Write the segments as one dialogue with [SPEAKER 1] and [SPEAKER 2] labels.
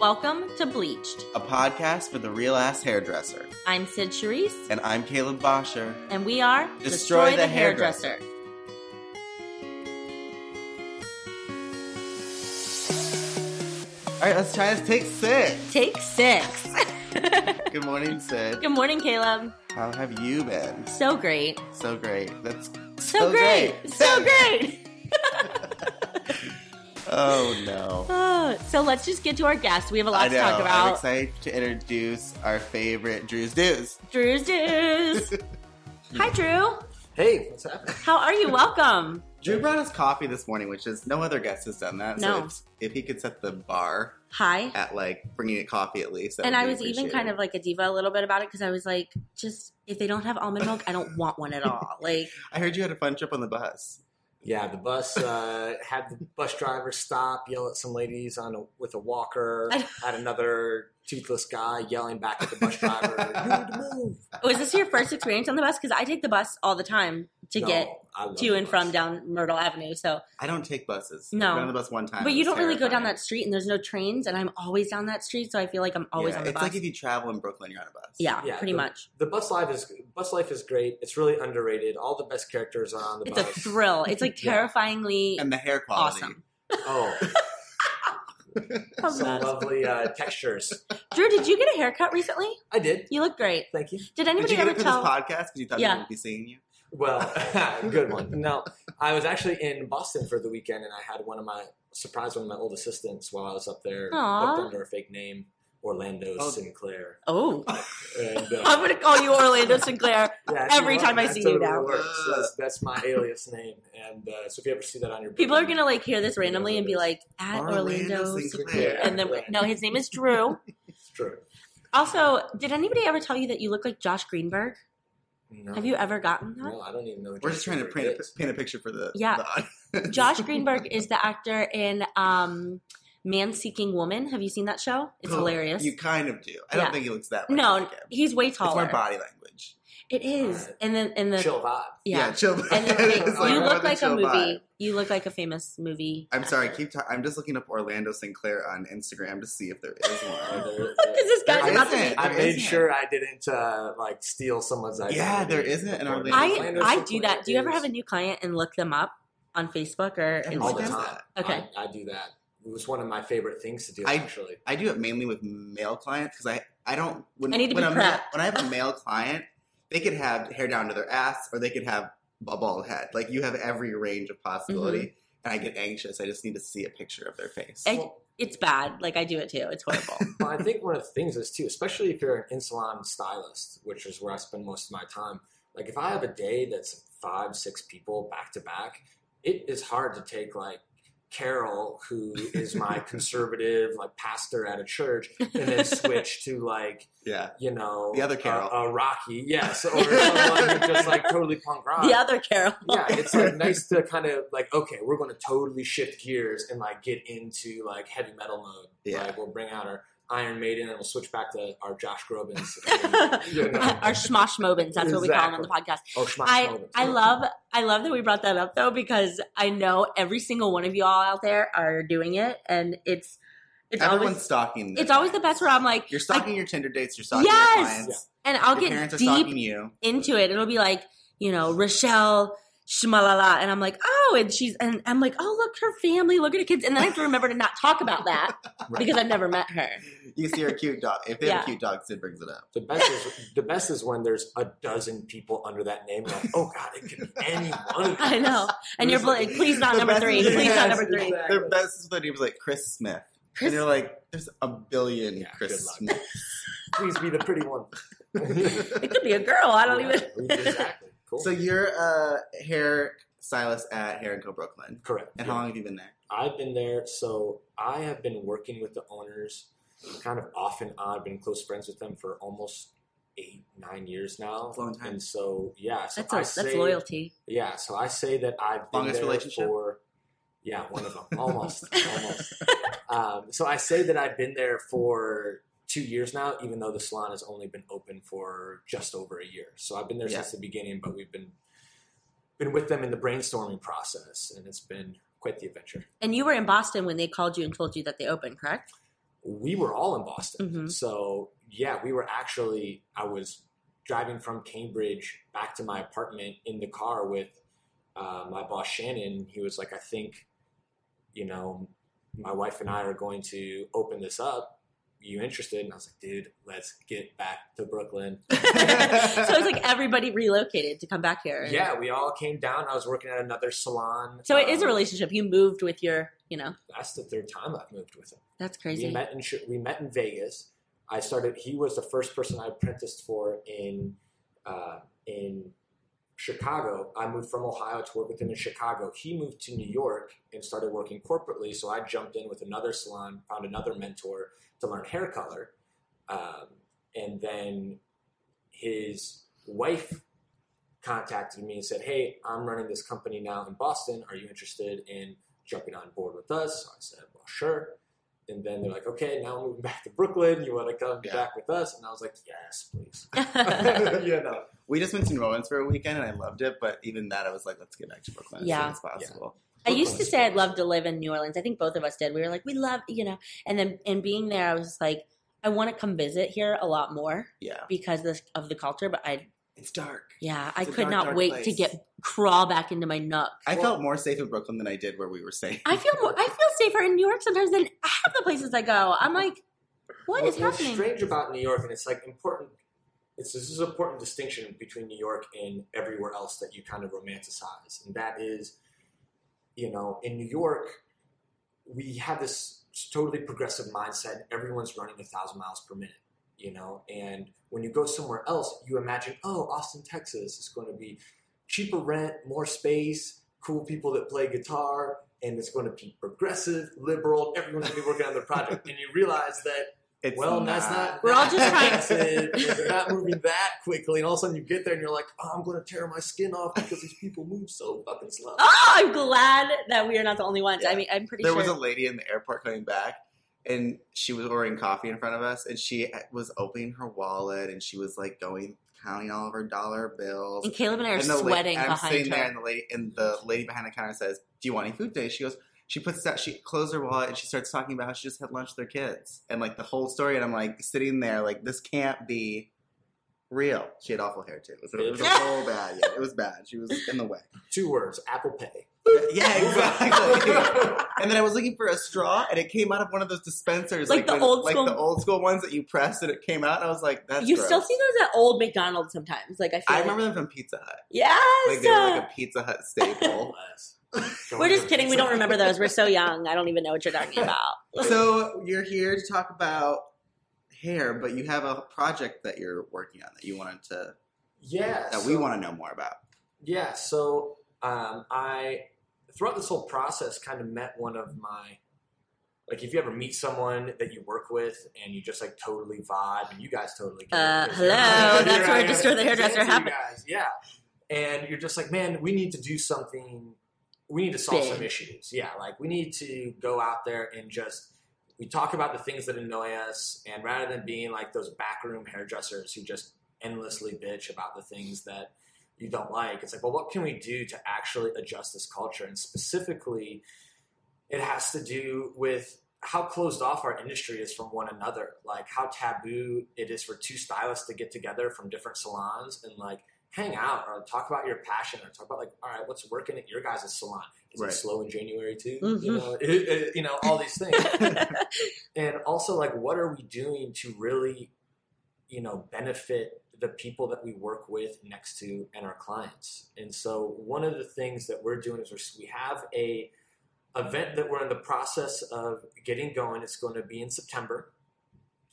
[SPEAKER 1] Welcome to Bleached.
[SPEAKER 2] a podcast for the real ass hairdresser.
[SPEAKER 1] I'm Sid Charisse,
[SPEAKER 2] And I'm Caleb Bosher.
[SPEAKER 1] and we are
[SPEAKER 2] Destroy the Hairdresser. All right, let's try this. Take six.
[SPEAKER 1] Take six.
[SPEAKER 2] Good morning, Sid.
[SPEAKER 1] Good morning, Caleb.
[SPEAKER 2] How have you been?
[SPEAKER 1] So great.
[SPEAKER 2] So great. That's
[SPEAKER 1] So, great. So great.
[SPEAKER 2] Oh no.
[SPEAKER 1] Oh, so let's just get to our guest. We have a lot
[SPEAKER 2] I
[SPEAKER 1] to
[SPEAKER 2] know.
[SPEAKER 1] talk
[SPEAKER 2] I'm
[SPEAKER 1] about.
[SPEAKER 2] excited to introduce our favorite Drew's Dews.
[SPEAKER 1] Drew's Drews. Hi, Drew.
[SPEAKER 3] Hey, what's happening?
[SPEAKER 1] How are you? Welcome.
[SPEAKER 2] Drew brought us coffee this morning, which is no other guest has done that.
[SPEAKER 1] No.
[SPEAKER 2] So if, if he could set the bar
[SPEAKER 1] Hi.
[SPEAKER 2] at like bringing it coffee at least. that
[SPEAKER 1] and
[SPEAKER 2] would
[SPEAKER 1] I
[SPEAKER 2] be
[SPEAKER 1] was even
[SPEAKER 2] appreciated.
[SPEAKER 1] kind of like a diva a little bit about it because I was like, just if they don't have almond milk, I don't want one at all. Like,
[SPEAKER 2] I heard you had a fun trip on the bus.
[SPEAKER 3] Yeah, the bus uh, had the bus driver stop, yell at some ladies on a, with a walker.
[SPEAKER 1] I-
[SPEAKER 3] Had another toothless guy yelling back at the bus driver. "You need to move."
[SPEAKER 1] was this your first experience on the bus? Because I take the bus all the time to
[SPEAKER 3] No,
[SPEAKER 1] get
[SPEAKER 3] I love
[SPEAKER 1] to
[SPEAKER 3] the
[SPEAKER 1] and
[SPEAKER 3] bus.
[SPEAKER 1] from down Myrtle Avenue. So,
[SPEAKER 2] I don't take buses.
[SPEAKER 1] No.
[SPEAKER 2] I've been on the bus one time.
[SPEAKER 1] but
[SPEAKER 2] It
[SPEAKER 1] you
[SPEAKER 2] was
[SPEAKER 1] don't really go down
[SPEAKER 2] terrifying.
[SPEAKER 1] that street, and there's no trains, and I'm always down that street, so I feel like I'm always
[SPEAKER 2] Yeah,
[SPEAKER 1] on the
[SPEAKER 2] it's
[SPEAKER 1] bus.
[SPEAKER 2] like if you travel in Brooklyn, you're on a bus.
[SPEAKER 1] yeah,
[SPEAKER 3] Yeah,
[SPEAKER 1] pretty
[SPEAKER 3] the-
[SPEAKER 1] much.
[SPEAKER 3] The bus life is bus life is great. It's really underrated. All the best characters are on the
[SPEAKER 1] It's a
[SPEAKER 3] bus.
[SPEAKER 1] thrill. It's like
[SPEAKER 3] Yeah.
[SPEAKER 1] terrifyingly
[SPEAKER 2] And the hair quality.
[SPEAKER 1] awesome.
[SPEAKER 3] Oh,
[SPEAKER 1] Oh,
[SPEAKER 3] some
[SPEAKER 1] gosh.
[SPEAKER 3] lovely uh, textures.
[SPEAKER 1] Drew, did you get a haircut recently?
[SPEAKER 3] I did.
[SPEAKER 1] You look great.
[SPEAKER 3] Thank you.
[SPEAKER 1] Did
[SPEAKER 2] Did
[SPEAKER 1] anybody
[SPEAKER 2] you get
[SPEAKER 1] ever
[SPEAKER 2] it for
[SPEAKER 1] tell?
[SPEAKER 2] this podcast? Because you thought
[SPEAKER 1] Yeah.
[SPEAKER 2] we would be seeing you?
[SPEAKER 3] Well, good one. No, I was actually in Boston for the weekend, and I had one of my surprised one of my old assistants while I was up there,
[SPEAKER 1] Aw.
[SPEAKER 3] booked under a fake name, Orlando
[SPEAKER 2] Oh.
[SPEAKER 3] Sinclair.
[SPEAKER 1] Oh,
[SPEAKER 3] And, uh,
[SPEAKER 1] I'm gonna call you Orlando Sinclair.
[SPEAKER 3] yeah,
[SPEAKER 1] every
[SPEAKER 3] she-
[SPEAKER 1] time I
[SPEAKER 3] that
[SPEAKER 1] see you
[SPEAKER 3] totally
[SPEAKER 1] now.
[SPEAKER 3] works. So that's, that's my alias name, and uh, so if you ever see that on your
[SPEAKER 1] People are
[SPEAKER 3] building-
[SPEAKER 1] gonna like hear this randomly and be like, "At
[SPEAKER 2] Orlando
[SPEAKER 1] Orlando
[SPEAKER 2] Sinclair.
[SPEAKER 1] Sinclair," and then no, his name is Drew.
[SPEAKER 3] It's true.
[SPEAKER 1] Also, did anybody ever tell you that you look like Josh Greenberg?
[SPEAKER 3] No.
[SPEAKER 1] Have you ever gotten that?
[SPEAKER 3] No, I don't even know.
[SPEAKER 2] We're just trying to paint a, paint a picture for the,
[SPEAKER 1] Yeah.
[SPEAKER 2] the audience.
[SPEAKER 1] Josh Greenberg is the actor in um, Man Seeking Woman. Have you seen that show? It's
[SPEAKER 2] Oh,
[SPEAKER 1] hilarious.
[SPEAKER 2] You kind of do. I
[SPEAKER 1] Yeah.
[SPEAKER 2] don't think he looks that way.
[SPEAKER 1] no, he's way
[SPEAKER 2] It's
[SPEAKER 1] taller.
[SPEAKER 2] more body language.
[SPEAKER 1] It is.
[SPEAKER 3] Alright.
[SPEAKER 1] And then in the
[SPEAKER 3] chill vibe.
[SPEAKER 1] yeah.
[SPEAKER 2] chill.
[SPEAKER 1] And then like,
[SPEAKER 2] It's
[SPEAKER 1] you
[SPEAKER 2] more
[SPEAKER 1] look
[SPEAKER 2] of a
[SPEAKER 1] like a
[SPEAKER 2] chill
[SPEAKER 1] movie.
[SPEAKER 2] vibe.
[SPEAKER 1] You look like a famous movie.
[SPEAKER 2] I'm sorry.
[SPEAKER 1] actor.
[SPEAKER 2] Keep. Ta- I'm just looking up Orlando Sinclair on Instagram to see if there is
[SPEAKER 3] Uh,
[SPEAKER 2] one.
[SPEAKER 3] there-
[SPEAKER 1] Because this
[SPEAKER 3] there-
[SPEAKER 1] guy's
[SPEAKER 2] There
[SPEAKER 1] about to
[SPEAKER 2] isn't.
[SPEAKER 1] be.
[SPEAKER 3] I
[SPEAKER 2] There
[SPEAKER 3] made
[SPEAKER 2] isn't.
[SPEAKER 3] sure I didn't uh, like steal someone's identity.
[SPEAKER 2] Yeah, there isn't an
[SPEAKER 3] Orlando
[SPEAKER 1] I
[SPEAKER 3] Sinclair
[SPEAKER 1] I do that. Do you ever
[SPEAKER 3] is-
[SPEAKER 1] have a new client and look them up on Facebook or
[SPEAKER 2] I
[SPEAKER 3] all
[SPEAKER 2] Everyone
[SPEAKER 3] the
[SPEAKER 2] does
[SPEAKER 1] Instagram?
[SPEAKER 3] time.
[SPEAKER 2] that.
[SPEAKER 1] Okay.
[SPEAKER 3] I, I do that. It was one of my favorite things to do.
[SPEAKER 2] I-
[SPEAKER 3] actually,
[SPEAKER 2] I do it mainly with male clients because I I don't when
[SPEAKER 1] I need to
[SPEAKER 2] when
[SPEAKER 1] be
[SPEAKER 2] a male-
[SPEAKER 1] prepped.
[SPEAKER 2] when I have a male client, they could have hair down to their ass or they could have a bald head. Like you have every range of possibility.
[SPEAKER 1] Mm-hmm.
[SPEAKER 2] And I get anxious. I just need to see a picture of their face.
[SPEAKER 1] I- It's bad. Like I do it too. It's horrible.
[SPEAKER 3] well, I think one of the things is too, especially if you're an in salon stylist, which is where I spend most of my time. Like, if I have a day that's five, six people back to back, it is hard to take like Carol, who is my conservative like pastor at a church, and then switch to like
[SPEAKER 2] yeah,
[SPEAKER 3] you know
[SPEAKER 2] The other Carol.
[SPEAKER 3] a, a Rocky, yes, or someone who just like totally punk rock.
[SPEAKER 1] the other Carol.
[SPEAKER 3] yeah, it's like nice to kind of like okay, we're going to totally shift gears and like get into like heavy metal mode.
[SPEAKER 2] Yeah.
[SPEAKER 3] like we'll bring out our Iron Maiden and we'll switch back to our Josh Groban's. you know,
[SPEAKER 1] Our Schmosh Mobins. That's what we call them on the podcast.
[SPEAKER 3] oh, schmock
[SPEAKER 1] I
[SPEAKER 3] moments.
[SPEAKER 1] I love I love that we brought that up though because I know every single one of you all out there are doing it and it's it's
[SPEAKER 2] everyone's
[SPEAKER 1] always
[SPEAKER 2] stalking. their
[SPEAKER 1] it's always the
[SPEAKER 2] clients.
[SPEAKER 1] best where I'm like
[SPEAKER 2] You're stalking your Tinder dates. You're stalking your
[SPEAKER 1] Yes!
[SPEAKER 2] clients.
[SPEAKER 1] and I'll
[SPEAKER 2] Your
[SPEAKER 1] get
[SPEAKER 2] parents are
[SPEAKER 1] deep
[SPEAKER 2] stalking you.
[SPEAKER 1] into it. It'll be like you know Rochelle Shmalala and I'm like oh and she's and I'm like oh look her family look at her kids and then I have to remember to not talk about that because I've never met her.
[SPEAKER 2] You see her cute dog. If they have
[SPEAKER 1] Yeah.
[SPEAKER 2] a cute dog, Sid brings it up.
[SPEAKER 3] The best is the best is when there's a dozen people under that name. Like, oh God, it could be any one. Of
[SPEAKER 1] I
[SPEAKER 3] these.
[SPEAKER 1] know and you're like please not
[SPEAKER 2] The
[SPEAKER 1] number
[SPEAKER 2] best
[SPEAKER 1] three
[SPEAKER 2] is-
[SPEAKER 1] please
[SPEAKER 2] Yes,
[SPEAKER 1] not number three.
[SPEAKER 3] exactly.
[SPEAKER 2] Their best is when he was like Chris Smith.
[SPEAKER 1] Chris-
[SPEAKER 2] and you're like, there's a billion
[SPEAKER 3] Yeah,
[SPEAKER 2] Chris
[SPEAKER 3] good luck.
[SPEAKER 2] Smith.
[SPEAKER 3] Please be the pretty one.
[SPEAKER 1] It could be a girl. I don't even.
[SPEAKER 3] exactly. Cool.
[SPEAKER 2] So you're a hair stylist at Hair and Co Brooklyn,
[SPEAKER 3] Correct.
[SPEAKER 2] and
[SPEAKER 3] Yeah.
[SPEAKER 2] how long have you been there?
[SPEAKER 3] I've been there, so I have been working with the owners kind of off and on. I've been close friends with them for almost eight, nine years now.
[SPEAKER 2] Long time.
[SPEAKER 3] And so, yeah, so
[SPEAKER 1] That's
[SPEAKER 3] I
[SPEAKER 1] a, that's
[SPEAKER 3] say-
[SPEAKER 1] loyalty.
[SPEAKER 3] Yeah, so I say that I've been
[SPEAKER 2] Longest
[SPEAKER 3] there
[SPEAKER 2] relationship?
[SPEAKER 3] for. Yeah, one of them, almost, almost. Um, so I say that I've been there for two years now, even though the salon has only been open for just over a year. So I've been there
[SPEAKER 2] Yeah.
[SPEAKER 3] since the beginning, but we've been been with them in the brainstorming process, and it's been quite the adventure.
[SPEAKER 1] And you were in Boston when they called you and told you that they opened, correct?
[SPEAKER 3] we were all in Boston.
[SPEAKER 2] Mm-hmm.
[SPEAKER 1] Mhm.
[SPEAKER 3] So yeah, we were actually I was driving from Cambridge back to my apartment in the car with uh, my boss Shannon. He was like, I think, you know, my wife and I are going to open this up. You interested? And I was like, dude, let's get back to Brooklyn.
[SPEAKER 1] so it's like everybody relocated to come back here.
[SPEAKER 3] Yeah, we all came down. I was working at another salon.
[SPEAKER 1] So it is a
[SPEAKER 3] Um,
[SPEAKER 1] relationship. You moved with your, you know,
[SPEAKER 3] That's the third time I've moved with him.
[SPEAKER 1] that's
[SPEAKER 3] We
[SPEAKER 1] crazy.
[SPEAKER 3] met in Chi- we met in Vegas. I started. He was the first person I apprenticed for in uh, in Chicago. I moved from Ohio to work with him in Chicago. He moved to New York and started working corporately. So I jumped in with another salon, found another mentor to learn hair color, um, and then his wife contacted me and said, "Hey, I'm running this company now in Boston. Are you interested in jumping on board with us?" So I said, "Well, sure." And then they're like, okay, now I'm moving back to Brooklyn. You want to come
[SPEAKER 2] Yeah.
[SPEAKER 3] back with us? And I was like, yes, please.
[SPEAKER 2] yeah, no. We just went to New Orleans for a weekend and I loved it, but even that I was like, let's get back to Brooklyn
[SPEAKER 1] Yeah.
[SPEAKER 2] as soon as possible.
[SPEAKER 1] I used to
[SPEAKER 3] Brooklyn's
[SPEAKER 1] say I'd
[SPEAKER 3] awesome.
[SPEAKER 1] love to live in New Orleans. I think both of us did. We were like, we love, you know, and then and being there, I was just like, I want to come visit here a lot more
[SPEAKER 2] Yeah.
[SPEAKER 1] because this, of the culture. But I,
[SPEAKER 2] It's dark.
[SPEAKER 1] yeah, I
[SPEAKER 2] It's a
[SPEAKER 1] could
[SPEAKER 2] dark,
[SPEAKER 1] not
[SPEAKER 2] dark
[SPEAKER 1] wait to
[SPEAKER 2] place.
[SPEAKER 1] get crawl back into my nook.
[SPEAKER 2] I
[SPEAKER 3] Well-
[SPEAKER 2] felt more safe in Brooklyn than I did where we were staying.
[SPEAKER 1] I feel more, I feel safer in New York sometimes than half the places I go. I'm like, what is
[SPEAKER 3] What's
[SPEAKER 1] happening?
[SPEAKER 3] strange about New York, and it's like important, it's this is an important distinction between New York and everywhere else that you kind of romanticize. And that is, you know, in New York, we have this totally progressive mindset. Everyone's running a thousand miles per minute, you know, and when you go somewhere else, you imagine, oh, Austin, Texas is going to be cheaper rent, more space, cool people that play guitar, and it's going to be progressive, liberal. Everyone's going to be working on their project, and you realize that
[SPEAKER 2] It's
[SPEAKER 3] well, that's not.
[SPEAKER 1] We're all just
[SPEAKER 3] that
[SPEAKER 1] trying-
[SPEAKER 3] massive, and They're not moving that quickly, and all of a sudden you get there and you're like, oh, I'm going to tear my skin off because these people move so fucking slow.
[SPEAKER 1] Oh, I'm glad that we are not the only ones. I
[SPEAKER 2] Yeah.
[SPEAKER 1] mean, I'm pretty
[SPEAKER 2] There
[SPEAKER 1] sure.
[SPEAKER 2] was a lady in the airport coming back, and she was ordering coffee in front of us, and she uh, was opening her wallet, and she was like going counting all of her dollar bills.
[SPEAKER 1] and Caleb and I are
[SPEAKER 2] the la-
[SPEAKER 1] sweating
[SPEAKER 2] and I'm
[SPEAKER 1] behind
[SPEAKER 2] sitting
[SPEAKER 1] her.
[SPEAKER 2] there, and the lady and the lady behind the counter says, "Do you want any food today?" She goes. She puts that. She closed her wallet and she starts talking about how she just had lunch with her kids and like the whole story. And I'm like sitting there, like this can't be real. She had awful hair too. It was, it was a whole bad. Yeah, it was bad. She was in the way.
[SPEAKER 3] Two words: Apple Pay.
[SPEAKER 2] Yeah, exactly. and then I was looking for a straw, and it came out of one of those dispensers,
[SPEAKER 1] Like the
[SPEAKER 2] when-
[SPEAKER 1] old
[SPEAKER 2] like
[SPEAKER 1] school-
[SPEAKER 2] the old school ones that you pressed, and it came out. And I was like, "That's
[SPEAKER 1] you
[SPEAKER 2] gross.
[SPEAKER 1] still see those at old McDonald's sometimes. Like I feel
[SPEAKER 2] I
[SPEAKER 1] like-
[SPEAKER 2] remember them from Pizza Hut.
[SPEAKER 1] Yes. uh,
[SPEAKER 2] Like they were like a Pizza Hut staple.
[SPEAKER 1] We're just kidding. We don't remember those. We're so young. I don't even know what you're talking about.
[SPEAKER 2] so you're here to talk about hair, but you have a project that you're working on that you wanted to
[SPEAKER 3] Yeah,
[SPEAKER 2] that
[SPEAKER 3] so-
[SPEAKER 2] we want to know more about.
[SPEAKER 3] Yeah, so um, I throughout this whole process kind of met one of my like if you ever meet someone that you work with and you just like totally vibe and you guys totally get it,
[SPEAKER 1] Uh,
[SPEAKER 3] 'cause
[SPEAKER 1] hello,
[SPEAKER 3] you're like,
[SPEAKER 2] that's
[SPEAKER 3] "Here
[SPEAKER 2] where
[SPEAKER 3] I am,
[SPEAKER 1] Destroy the Hairdresser
[SPEAKER 3] fancy you
[SPEAKER 1] happened."
[SPEAKER 3] guys," Yeah, and you're just like, man, we need to do something. We need to solve some
[SPEAKER 1] Big.
[SPEAKER 3] issues. Yeah, like we need to go out there and just we talk about the things that annoy us, and rather than being like those backroom hairdressers who just endlessly bitch about the things that you don't like. It's like, well, what can we do to actually adjust this culture? And specifically, it has to do with how closed off our industry is from one another, like how taboo it is for two stylists to get together from different salons and like hang out or talk about your passion or talk about like, all right, what's working at your guys' salon? Is
[SPEAKER 2] Right.
[SPEAKER 3] it slow in January too? You
[SPEAKER 1] Mhm.
[SPEAKER 3] know, it- it- you know, all these things and also like what are we doing to really you know benefit the people that we work with next to and our clients and so one of the things that we're doing is we're, we have a event that we're in the process of getting going it's going to be in september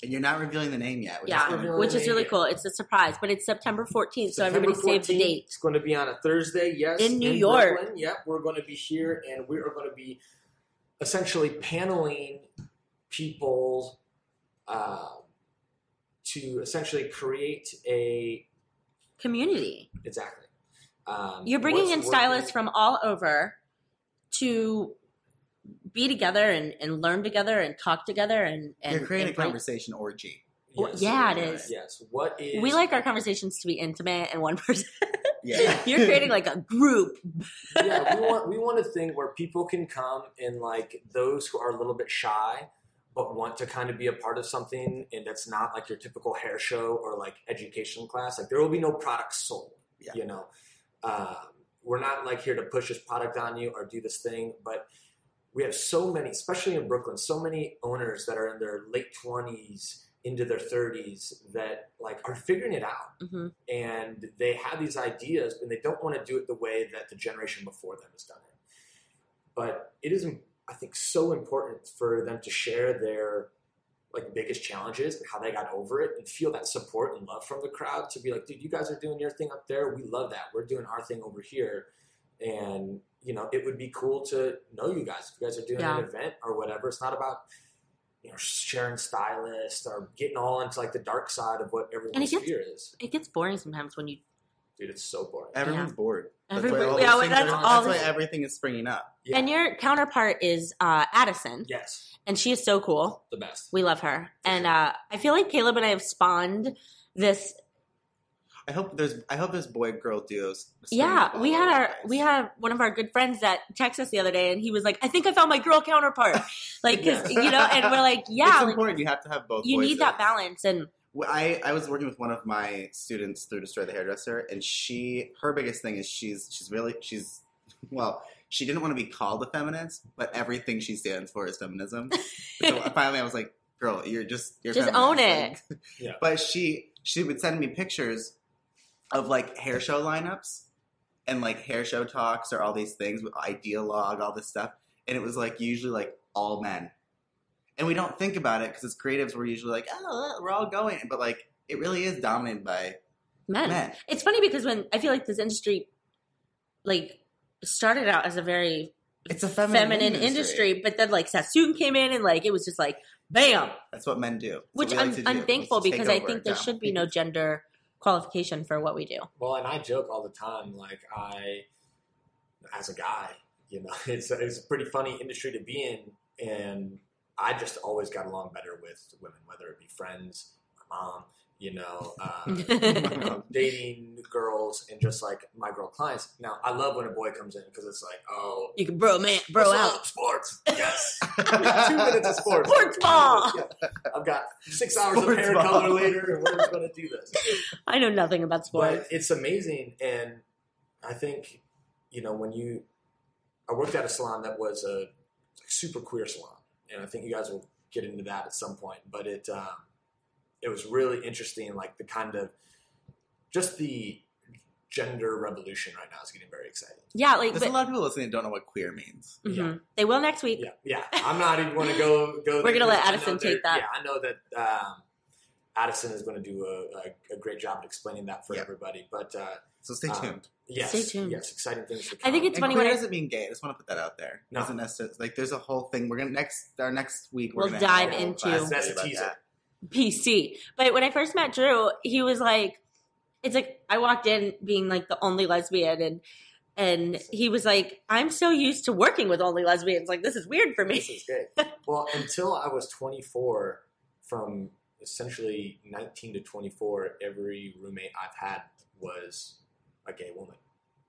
[SPEAKER 2] And you're not revealing the name yet. which is
[SPEAKER 1] Yeah.
[SPEAKER 2] kinda-
[SPEAKER 1] Which is really cool. It's a surprise, but it's September 14th, so everybody
[SPEAKER 3] September
[SPEAKER 1] save the
[SPEAKER 3] 14th.
[SPEAKER 1] date.
[SPEAKER 3] It's going to be on a Thursday, yes.
[SPEAKER 1] In New York.
[SPEAKER 3] Brooklyn. Yep, we're going to be here and we are going to be essentially paneling people uh, to essentially create a.
[SPEAKER 1] Community.
[SPEAKER 3] Exactly. Um,
[SPEAKER 1] You're bringing
[SPEAKER 3] what's
[SPEAKER 1] in
[SPEAKER 3] working-
[SPEAKER 1] stylists from all over to be together and, and learn together and talk together and, and
[SPEAKER 2] You're creating a
[SPEAKER 1] and bring-
[SPEAKER 2] conversation orgy.
[SPEAKER 1] Well, yeah, it
[SPEAKER 3] right.
[SPEAKER 1] is.
[SPEAKER 3] Yes. What is.
[SPEAKER 1] We like our conversations to be intimate and one person.
[SPEAKER 2] Yeah.
[SPEAKER 1] You're creating like a group.
[SPEAKER 3] yeah, we want we want a thing where people can come and like those who are a little bit shy, but want to kind of be a part of something and that's not like your typical hair show or like education class like there will be no product sold
[SPEAKER 2] Yeah.
[SPEAKER 3] you know um, we're not like here to push this product on you or do this thing but we have so many especially in brooklyn so many owners that are in their late 20s into their 30s that like are figuring it out
[SPEAKER 1] hmm
[SPEAKER 3] and they have these ideas and they don't want to do it the way that the generation before them has done it but it is i think so important for them to share their like biggest challenges and how they got over it and feel that support and love from the crowd to be like dude you guys are doing your thing up there we love that we're doing our thing over here and you know it would be cool to know you guys if you guys are doing an event or whatever it's not about you know sharing stylists or getting all into like the dark side of what everyone's
[SPEAKER 1] gets-
[SPEAKER 3] fear is
[SPEAKER 1] It gets boring sometimes when you.
[SPEAKER 3] Dude, it's so boring.
[SPEAKER 2] Everyone's bored. That's why
[SPEAKER 1] Everybody- yeah,
[SPEAKER 2] all these
[SPEAKER 1] well,
[SPEAKER 2] things
[SPEAKER 1] that's
[SPEAKER 2] are-
[SPEAKER 1] all
[SPEAKER 2] that's
[SPEAKER 1] this-
[SPEAKER 2] why everything is springing up.
[SPEAKER 3] Yeah.
[SPEAKER 1] And your counterpart is uh, Addison,
[SPEAKER 3] yes,
[SPEAKER 1] and she is so cool.
[SPEAKER 3] the best.
[SPEAKER 1] We love her,
[SPEAKER 3] For
[SPEAKER 1] and
[SPEAKER 3] sure.
[SPEAKER 1] uh, I feel like Caleb and I have spawned this
[SPEAKER 2] I hope there's I hope there's boy girl duos. springing up
[SPEAKER 1] Yeah,
[SPEAKER 2] all
[SPEAKER 1] we
[SPEAKER 2] over
[SPEAKER 1] had
[SPEAKER 2] the
[SPEAKER 1] our
[SPEAKER 2] place.
[SPEAKER 1] we had one of our good friends that texted us the other day, and he was like, "I think I found my girl counterpart," like 'cause, you know, and we're like, "Yeah,
[SPEAKER 2] it's
[SPEAKER 1] like,
[SPEAKER 2] important. You have to have both.
[SPEAKER 1] you need that
[SPEAKER 2] voices.
[SPEAKER 1] balance." And
[SPEAKER 2] Well, I, I was working with one of my students through Destroy the Hairdresser, and she her biggest thing is she's she's really she's well she didn't want to be called a feminist, but everything she stands for is feminism. so finally, I was like, "Girl, you're just you're
[SPEAKER 1] Just
[SPEAKER 2] feminist."
[SPEAKER 1] own it.
[SPEAKER 2] Like,
[SPEAKER 3] Yeah.
[SPEAKER 2] But she she would send me pictures of like hair show lineups and like hair show talks or all these things with ideologue, all this stuff, and it was like usually like all men and we don't think about it because as creatives we're usually like oh we're all going but like it really is dominated by
[SPEAKER 1] men,
[SPEAKER 2] men
[SPEAKER 1] it's funny because when I feel like this industry, like, started out as a very
[SPEAKER 2] it's a feminine,
[SPEAKER 1] feminine, industry. but then like Sassoon came in, and like it was just like, bam.
[SPEAKER 2] that's what men do That's
[SPEAKER 1] Which
[SPEAKER 2] what we
[SPEAKER 1] I'm,
[SPEAKER 2] like to do,
[SPEAKER 1] I'm
[SPEAKER 2] is
[SPEAKER 1] thankful
[SPEAKER 2] to take
[SPEAKER 1] because I
[SPEAKER 2] over,
[SPEAKER 1] think there
[SPEAKER 2] dominate.
[SPEAKER 1] should be no gender qualification for what we do.
[SPEAKER 3] Well, and I joke all the time, like I, as a guy, you know, it's it's a pretty funny industry to be in, and I just always got along better with women, whether it be friends, my mom, you know, uh, you know, dating girls, and just like my girl clients. Now, I love when a boy comes in because it's like, oh,
[SPEAKER 1] you can bro man, bro
[SPEAKER 3] what's
[SPEAKER 1] out.
[SPEAKER 3] up, sports, yes, two minutes of sports,
[SPEAKER 1] Sports ball.
[SPEAKER 3] Yeah. I've got six hours of
[SPEAKER 2] Sports
[SPEAKER 3] hair
[SPEAKER 2] ball.
[SPEAKER 3] color later, and we're going to do this.
[SPEAKER 1] I know nothing about sports.
[SPEAKER 3] But it's amazing, and I think you know when you, I worked at a salon that was a super queer salon, and I think you guys will get into that at some point. But it um, it was really interesting, like the kind of just the gender revolution right now is getting very exciting.
[SPEAKER 1] Yeah, like
[SPEAKER 2] there's
[SPEAKER 1] but-
[SPEAKER 2] a lot of people listening that don't know what queer means
[SPEAKER 1] Mhm.
[SPEAKER 3] Yeah.
[SPEAKER 1] They will next week.
[SPEAKER 3] Yeah, yeah. I'm not even going to go go.
[SPEAKER 1] We're
[SPEAKER 3] there
[SPEAKER 1] gonna let
[SPEAKER 3] 'cause I know
[SPEAKER 1] Addison
[SPEAKER 3] they're-
[SPEAKER 1] take that.
[SPEAKER 3] Yeah, I know that um, Addison is going to do a, a, a great job at explaining that for
[SPEAKER 2] Yeah.
[SPEAKER 3] everybody. But uh,
[SPEAKER 2] so stay
[SPEAKER 3] Um,
[SPEAKER 2] tuned
[SPEAKER 3] yes,
[SPEAKER 1] Stay tuned.
[SPEAKER 3] yes, exciting things. To come.
[SPEAKER 1] I think it's
[SPEAKER 2] and
[SPEAKER 1] funny
[SPEAKER 2] queer
[SPEAKER 1] when I-
[SPEAKER 2] doesn't mean gay i just want to put that out there
[SPEAKER 3] No.
[SPEAKER 2] doesn't necessarily like there's a whole thing we're gonna next our next week we're
[SPEAKER 1] We'll
[SPEAKER 2] gonna have a
[SPEAKER 1] dive
[SPEAKER 2] whole
[SPEAKER 1] into-
[SPEAKER 2] class
[SPEAKER 3] That's a
[SPEAKER 2] about
[SPEAKER 3] teaser.
[SPEAKER 2] that.
[SPEAKER 1] PC. But when I first met Drew, he was like, it's like I walked in being like the only lesbian and and he was like, I'm so used to working with only lesbians. Like this is weird for
[SPEAKER 3] This
[SPEAKER 1] me.
[SPEAKER 3] is great. well, until I was 24, from essentially 19 to 24, every roommate I've had was a gay woman.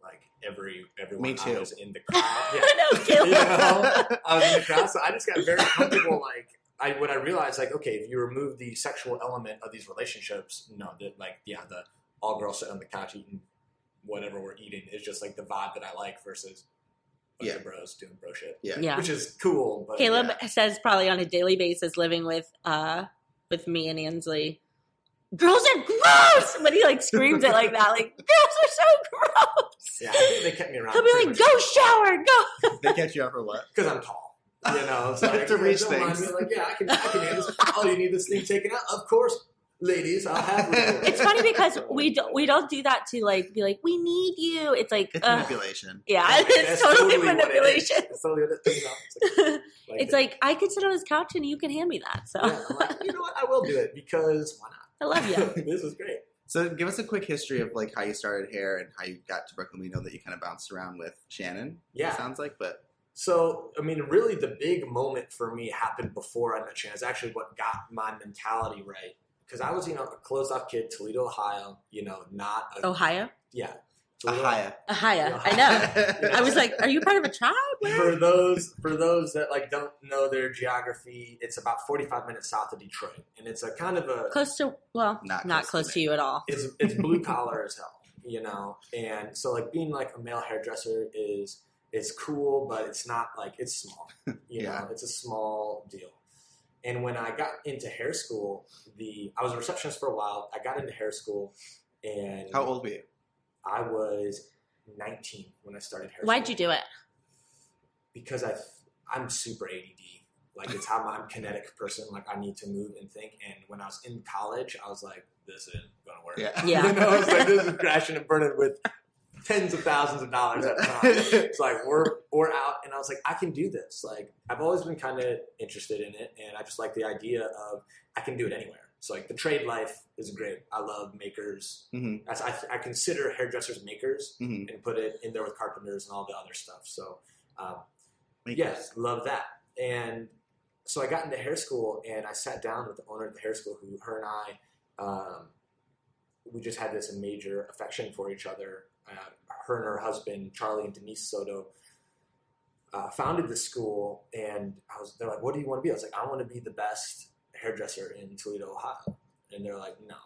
[SPEAKER 3] Like every everyone
[SPEAKER 2] Me
[SPEAKER 3] I
[SPEAKER 2] too.
[SPEAKER 3] was in the crowd. Yeah.
[SPEAKER 1] I know,
[SPEAKER 3] you
[SPEAKER 1] Caleb.
[SPEAKER 3] know, I was in the crowd, so I just got very comfortable. Like, I when I realized, like, okay, if you remove the sexual element of these relationships, no, that like, yeah, the all girls sitting on the couch eating whatever we're eating is just like the vibe that I like versus a bunch of bros doing bro shit,
[SPEAKER 2] yeah,
[SPEAKER 1] Yeah.
[SPEAKER 3] which is cool. But
[SPEAKER 1] Caleb
[SPEAKER 3] yeah.
[SPEAKER 1] says probably on a daily basis living with uh with me and Ansley. Girls are gross when he like screams it like that, like girls are so gross.
[SPEAKER 3] Yeah, I think they kept me around.
[SPEAKER 1] He'll be like, Go shower, go
[SPEAKER 2] they catch you out for what
[SPEAKER 3] because I'm tall. You know, it's like,
[SPEAKER 2] To reach
[SPEAKER 3] don't mind me.
[SPEAKER 2] things.
[SPEAKER 3] Like, yeah, I can, I can handle this. Oh, you need this thing taken out? Of course, ladies, I'll have it.
[SPEAKER 1] It's funny because we do, we don't do that to like be like we need you. It's like
[SPEAKER 2] it's
[SPEAKER 1] ugh.
[SPEAKER 2] manipulation
[SPEAKER 1] yeah,
[SPEAKER 3] That's
[SPEAKER 1] it's totally,
[SPEAKER 3] what it is.
[SPEAKER 1] manipulation.
[SPEAKER 3] It's totally what it- you know, it's like-
[SPEAKER 1] it's like I could sit on his couch and you can hand me that. So
[SPEAKER 3] yeah, I'm like, you know what? I will do it because why
[SPEAKER 1] I love you.
[SPEAKER 3] not? this is great.
[SPEAKER 2] so give us a quick history of like how you started hair and how you got to brooklyn we know that you kind of bounced around with shannon it
[SPEAKER 3] Yeah.
[SPEAKER 2] sounds like but
[SPEAKER 3] So, I mean, really, the big moment for me happened before I met Chan. It's actually what got my mentality right because I was, you know, a closed off kid, Toledo, Ohio. You know, not a
[SPEAKER 1] Ohio,
[SPEAKER 3] yeah,
[SPEAKER 2] Ahaya.
[SPEAKER 1] Ahaya. I know.
[SPEAKER 3] Yeah.
[SPEAKER 1] I was like, are you part of a tribe?
[SPEAKER 3] for those for those that like don't know their geography, it's about 45 minutes south of Detroit, and it's a kind of a
[SPEAKER 1] Close to, well,
[SPEAKER 2] Not
[SPEAKER 1] not,
[SPEAKER 2] close
[SPEAKER 1] close
[SPEAKER 2] to
[SPEAKER 1] to you at all.
[SPEAKER 3] it's it's blue collar as hell, you know. And so like being like a male hairdresser is it's cool, but it's not like it's small, you
[SPEAKER 2] Yeah.
[SPEAKER 3] know. It's a small deal. And when I got into hair school, the I was a receptionist for a while. I got into hair school, and
[SPEAKER 2] How old were you?
[SPEAKER 3] I was 19 when I started hair.
[SPEAKER 1] Why'd
[SPEAKER 3] school
[SPEAKER 1] you do it?
[SPEAKER 3] because I I'm super ADD. Like it's how I'm a kinetic person. Like I need to move and think. And when I was in college, I was like, this isn't gonna work.
[SPEAKER 2] Yeah.
[SPEAKER 1] Yeah.
[SPEAKER 3] you know, I was like, this is crashing and burning with tens of thousands of dollars at a time.
[SPEAKER 2] Mm-hmm,
[SPEAKER 3] It's like we're we're out, and I was like, I can do this. Like I've always been kind of interested in it, and I just like the idea of I can do it anywhere. So like the trade life is great. I love makers.
[SPEAKER 2] Mhm.
[SPEAKER 3] That's- I, I consider hairdressers makers
[SPEAKER 2] Mhm.
[SPEAKER 3] and put it in there with carpenters and all the other stuff. So um,
[SPEAKER 2] Makers.
[SPEAKER 3] Yes, love that. And so I got into hair school, and I sat down with the owner of the hair school, who her and I, um, we just had this major affection for each other. Uh, her and her husband, Charlie and Denise Soto, uh, founded the school, and I was. They're like, "What do you want to be?" I was like, "I want to be the best hairdresser in Toledo, Ohio." And they're like, "No."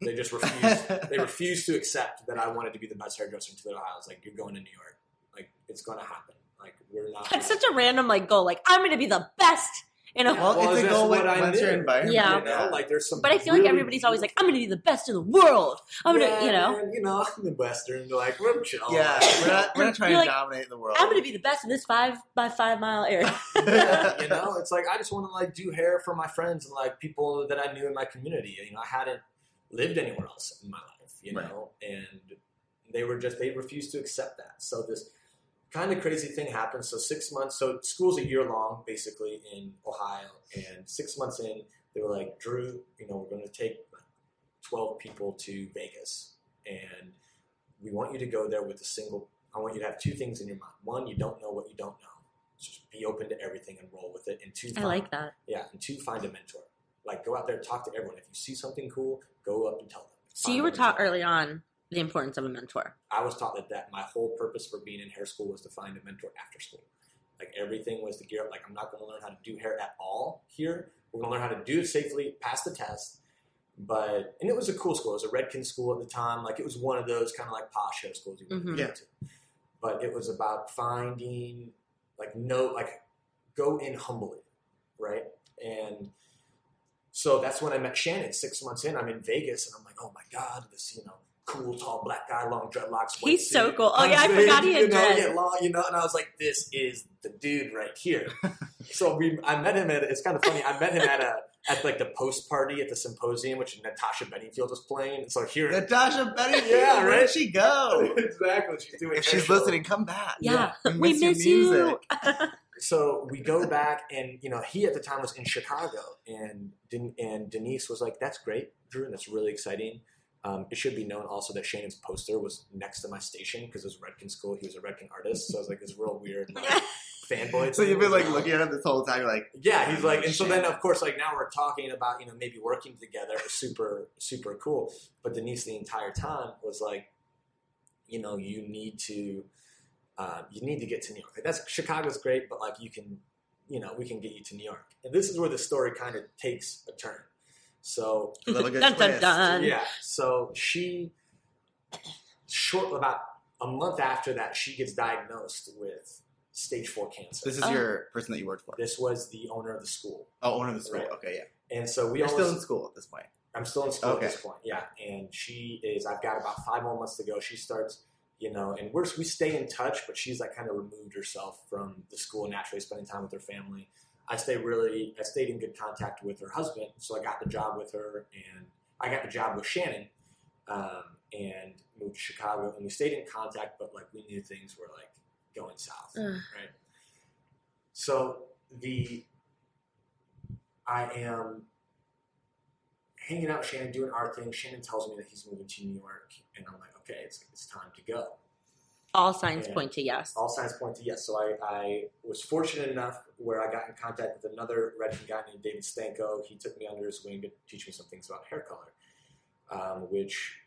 [SPEAKER 3] They just refused. they refused to accept that I wanted to be the best hairdresser in Toledo, Ohio. I was like, "You're going to New York. Like, it's going to happen. Like, we're not."
[SPEAKER 1] That's such a random like goal. Like I'm gonna be the best in a.
[SPEAKER 2] Well, it's a
[SPEAKER 3] that's
[SPEAKER 2] goal
[SPEAKER 3] what
[SPEAKER 2] when-
[SPEAKER 3] I
[SPEAKER 2] once
[SPEAKER 3] knew,
[SPEAKER 2] you're environment,
[SPEAKER 1] Yeah.
[SPEAKER 3] You know, like there's some.
[SPEAKER 1] But I feel like
[SPEAKER 3] really-
[SPEAKER 1] everybody's always like, I'm gonna be the best in the world. I'm gonna,
[SPEAKER 3] Yeah,
[SPEAKER 1] you know,
[SPEAKER 3] man, you know, I'm in Western. Like we're chill.
[SPEAKER 2] Yeah, we're not, we're not trying
[SPEAKER 1] You're
[SPEAKER 2] to
[SPEAKER 1] like,
[SPEAKER 2] dominate the world.
[SPEAKER 1] I'm gonna be the best in this five by five mile area.
[SPEAKER 3] you know, it's like I just want to like do hair for my friends and like people that I knew in my community. You know, I hadn't lived anywhere else in my life. You
[SPEAKER 2] Right.
[SPEAKER 3] know, and they were just they refused to accept that. So this kind of crazy thing happened. So six months. So school's a year long basically in Ohio, and six months in, they were like, Drew, you know, we're going to take like twelve people to Vegas, and we want you to go there with a single. I want you to have two things in your mind. One, you don't know what you don't know. So just be open to everything and roll with it. And two,
[SPEAKER 1] I
[SPEAKER 3] find-
[SPEAKER 1] like that.
[SPEAKER 3] yeah, and two, find a mentor. Like go out there, talk to everyone. If you see something cool, go up and tell them.
[SPEAKER 1] So
[SPEAKER 3] Find
[SPEAKER 1] you
[SPEAKER 3] a
[SPEAKER 1] were taught
[SPEAKER 3] mentor.
[SPEAKER 1] early on the importance of a mentor.
[SPEAKER 3] I was taught that, that my whole purpose for being in hair school was to find a mentor after school. Like everything was to gear up. Like I'm not going to learn how to do hair at all here. We're going to learn how to do it safely, pass the test. But and it was a cool school. It was a Redken school at the time. Like it was one of those kind of like posh hair schools you would
[SPEAKER 1] Mhm.
[SPEAKER 3] go to. But it was about finding like no like go in humbly, right? And so that's when I met Shannon. Six months in, I'm in Vegas, and I'm like, oh my god, this you know cool tall black guy, long dreadlocks. white
[SPEAKER 1] He's so
[SPEAKER 3] suit.
[SPEAKER 1] cool. Oh, yeah, I
[SPEAKER 3] I'm
[SPEAKER 1] forgot he
[SPEAKER 3] big,
[SPEAKER 1] had
[SPEAKER 3] you know,
[SPEAKER 1] dreads.
[SPEAKER 3] yeah, long, you know, and I was like, this is the dude right here. so we, I met him at. It's kind of funny. I met him at a at like the post party at the symposium, which Natasha Bedingfield was playing. And so here,
[SPEAKER 2] Natasha Betty,
[SPEAKER 3] Yeah,
[SPEAKER 2] yeah, where
[SPEAKER 3] right?
[SPEAKER 2] did she go?
[SPEAKER 3] exactly, she's doing.
[SPEAKER 2] If
[SPEAKER 3] hair
[SPEAKER 2] she's
[SPEAKER 3] shows.
[SPEAKER 2] listening, come back.
[SPEAKER 1] Yeah,
[SPEAKER 2] We
[SPEAKER 1] we
[SPEAKER 2] miss your
[SPEAKER 1] miss you.
[SPEAKER 2] music.
[SPEAKER 3] so we go back and you know he at the time was in chicago and Den- and denise was like that's great drew and that's really exciting um, it should be known also that shannon's poster was next to my station because it was redken school he was a redken artist so i was like this real weird like, fanboy
[SPEAKER 2] So
[SPEAKER 3] thing
[SPEAKER 2] you've been like
[SPEAKER 3] going on.
[SPEAKER 2] looking at him this whole time. You're like,
[SPEAKER 3] Yeah, he's like, and so then of course, like now we're talking about you know maybe working together, super super cool. But Denise the entire time was like, you know, you need to, uh, you need to get to New York. Like that's Chicago's great, but like you can, you know, we can get you to New York. And this is where the story kind of takes a turn. So
[SPEAKER 2] a little good
[SPEAKER 1] Dun, dun,
[SPEAKER 2] twist.
[SPEAKER 1] dun.
[SPEAKER 3] yeah. So she, short about a month after that, she gets diagnosed with stage four cancer.
[SPEAKER 2] This is
[SPEAKER 1] Oh.
[SPEAKER 2] your person that you worked for.
[SPEAKER 3] This was the owner of the school.
[SPEAKER 2] Oh, owner of the school.
[SPEAKER 3] Right.
[SPEAKER 2] Okay, yeah.
[SPEAKER 3] And so we
[SPEAKER 2] You're
[SPEAKER 3] always,
[SPEAKER 2] still in school at this point.
[SPEAKER 3] I'm still in school
[SPEAKER 2] Okay.
[SPEAKER 3] at this point. Yeah, and she is. I've got about five more months to go. She starts, you know, and we're we stay in touch, but she's like kind of removed herself from the school, naturally spending time with her family. I stay really, I stayed in good contact with her husband, so I got the job with her, and I got the job with Shannon, um, and moved to Chicago, and we stayed in contact, but like we knew things were like going south.
[SPEAKER 1] Ugh.
[SPEAKER 3] Right. So the I am hanging out with Shannon, doing our thing. Shannon tells me that he's moving to New York, and I'm like, okay, it's, it's time to go.
[SPEAKER 1] All signs
[SPEAKER 3] Yeah.
[SPEAKER 1] point to yes.
[SPEAKER 3] All signs point to yes. So I, I was fortunate enough where I got in contact with another Redken guy named David Stanko. He took me under his wing to teach me some things about hair color, um, which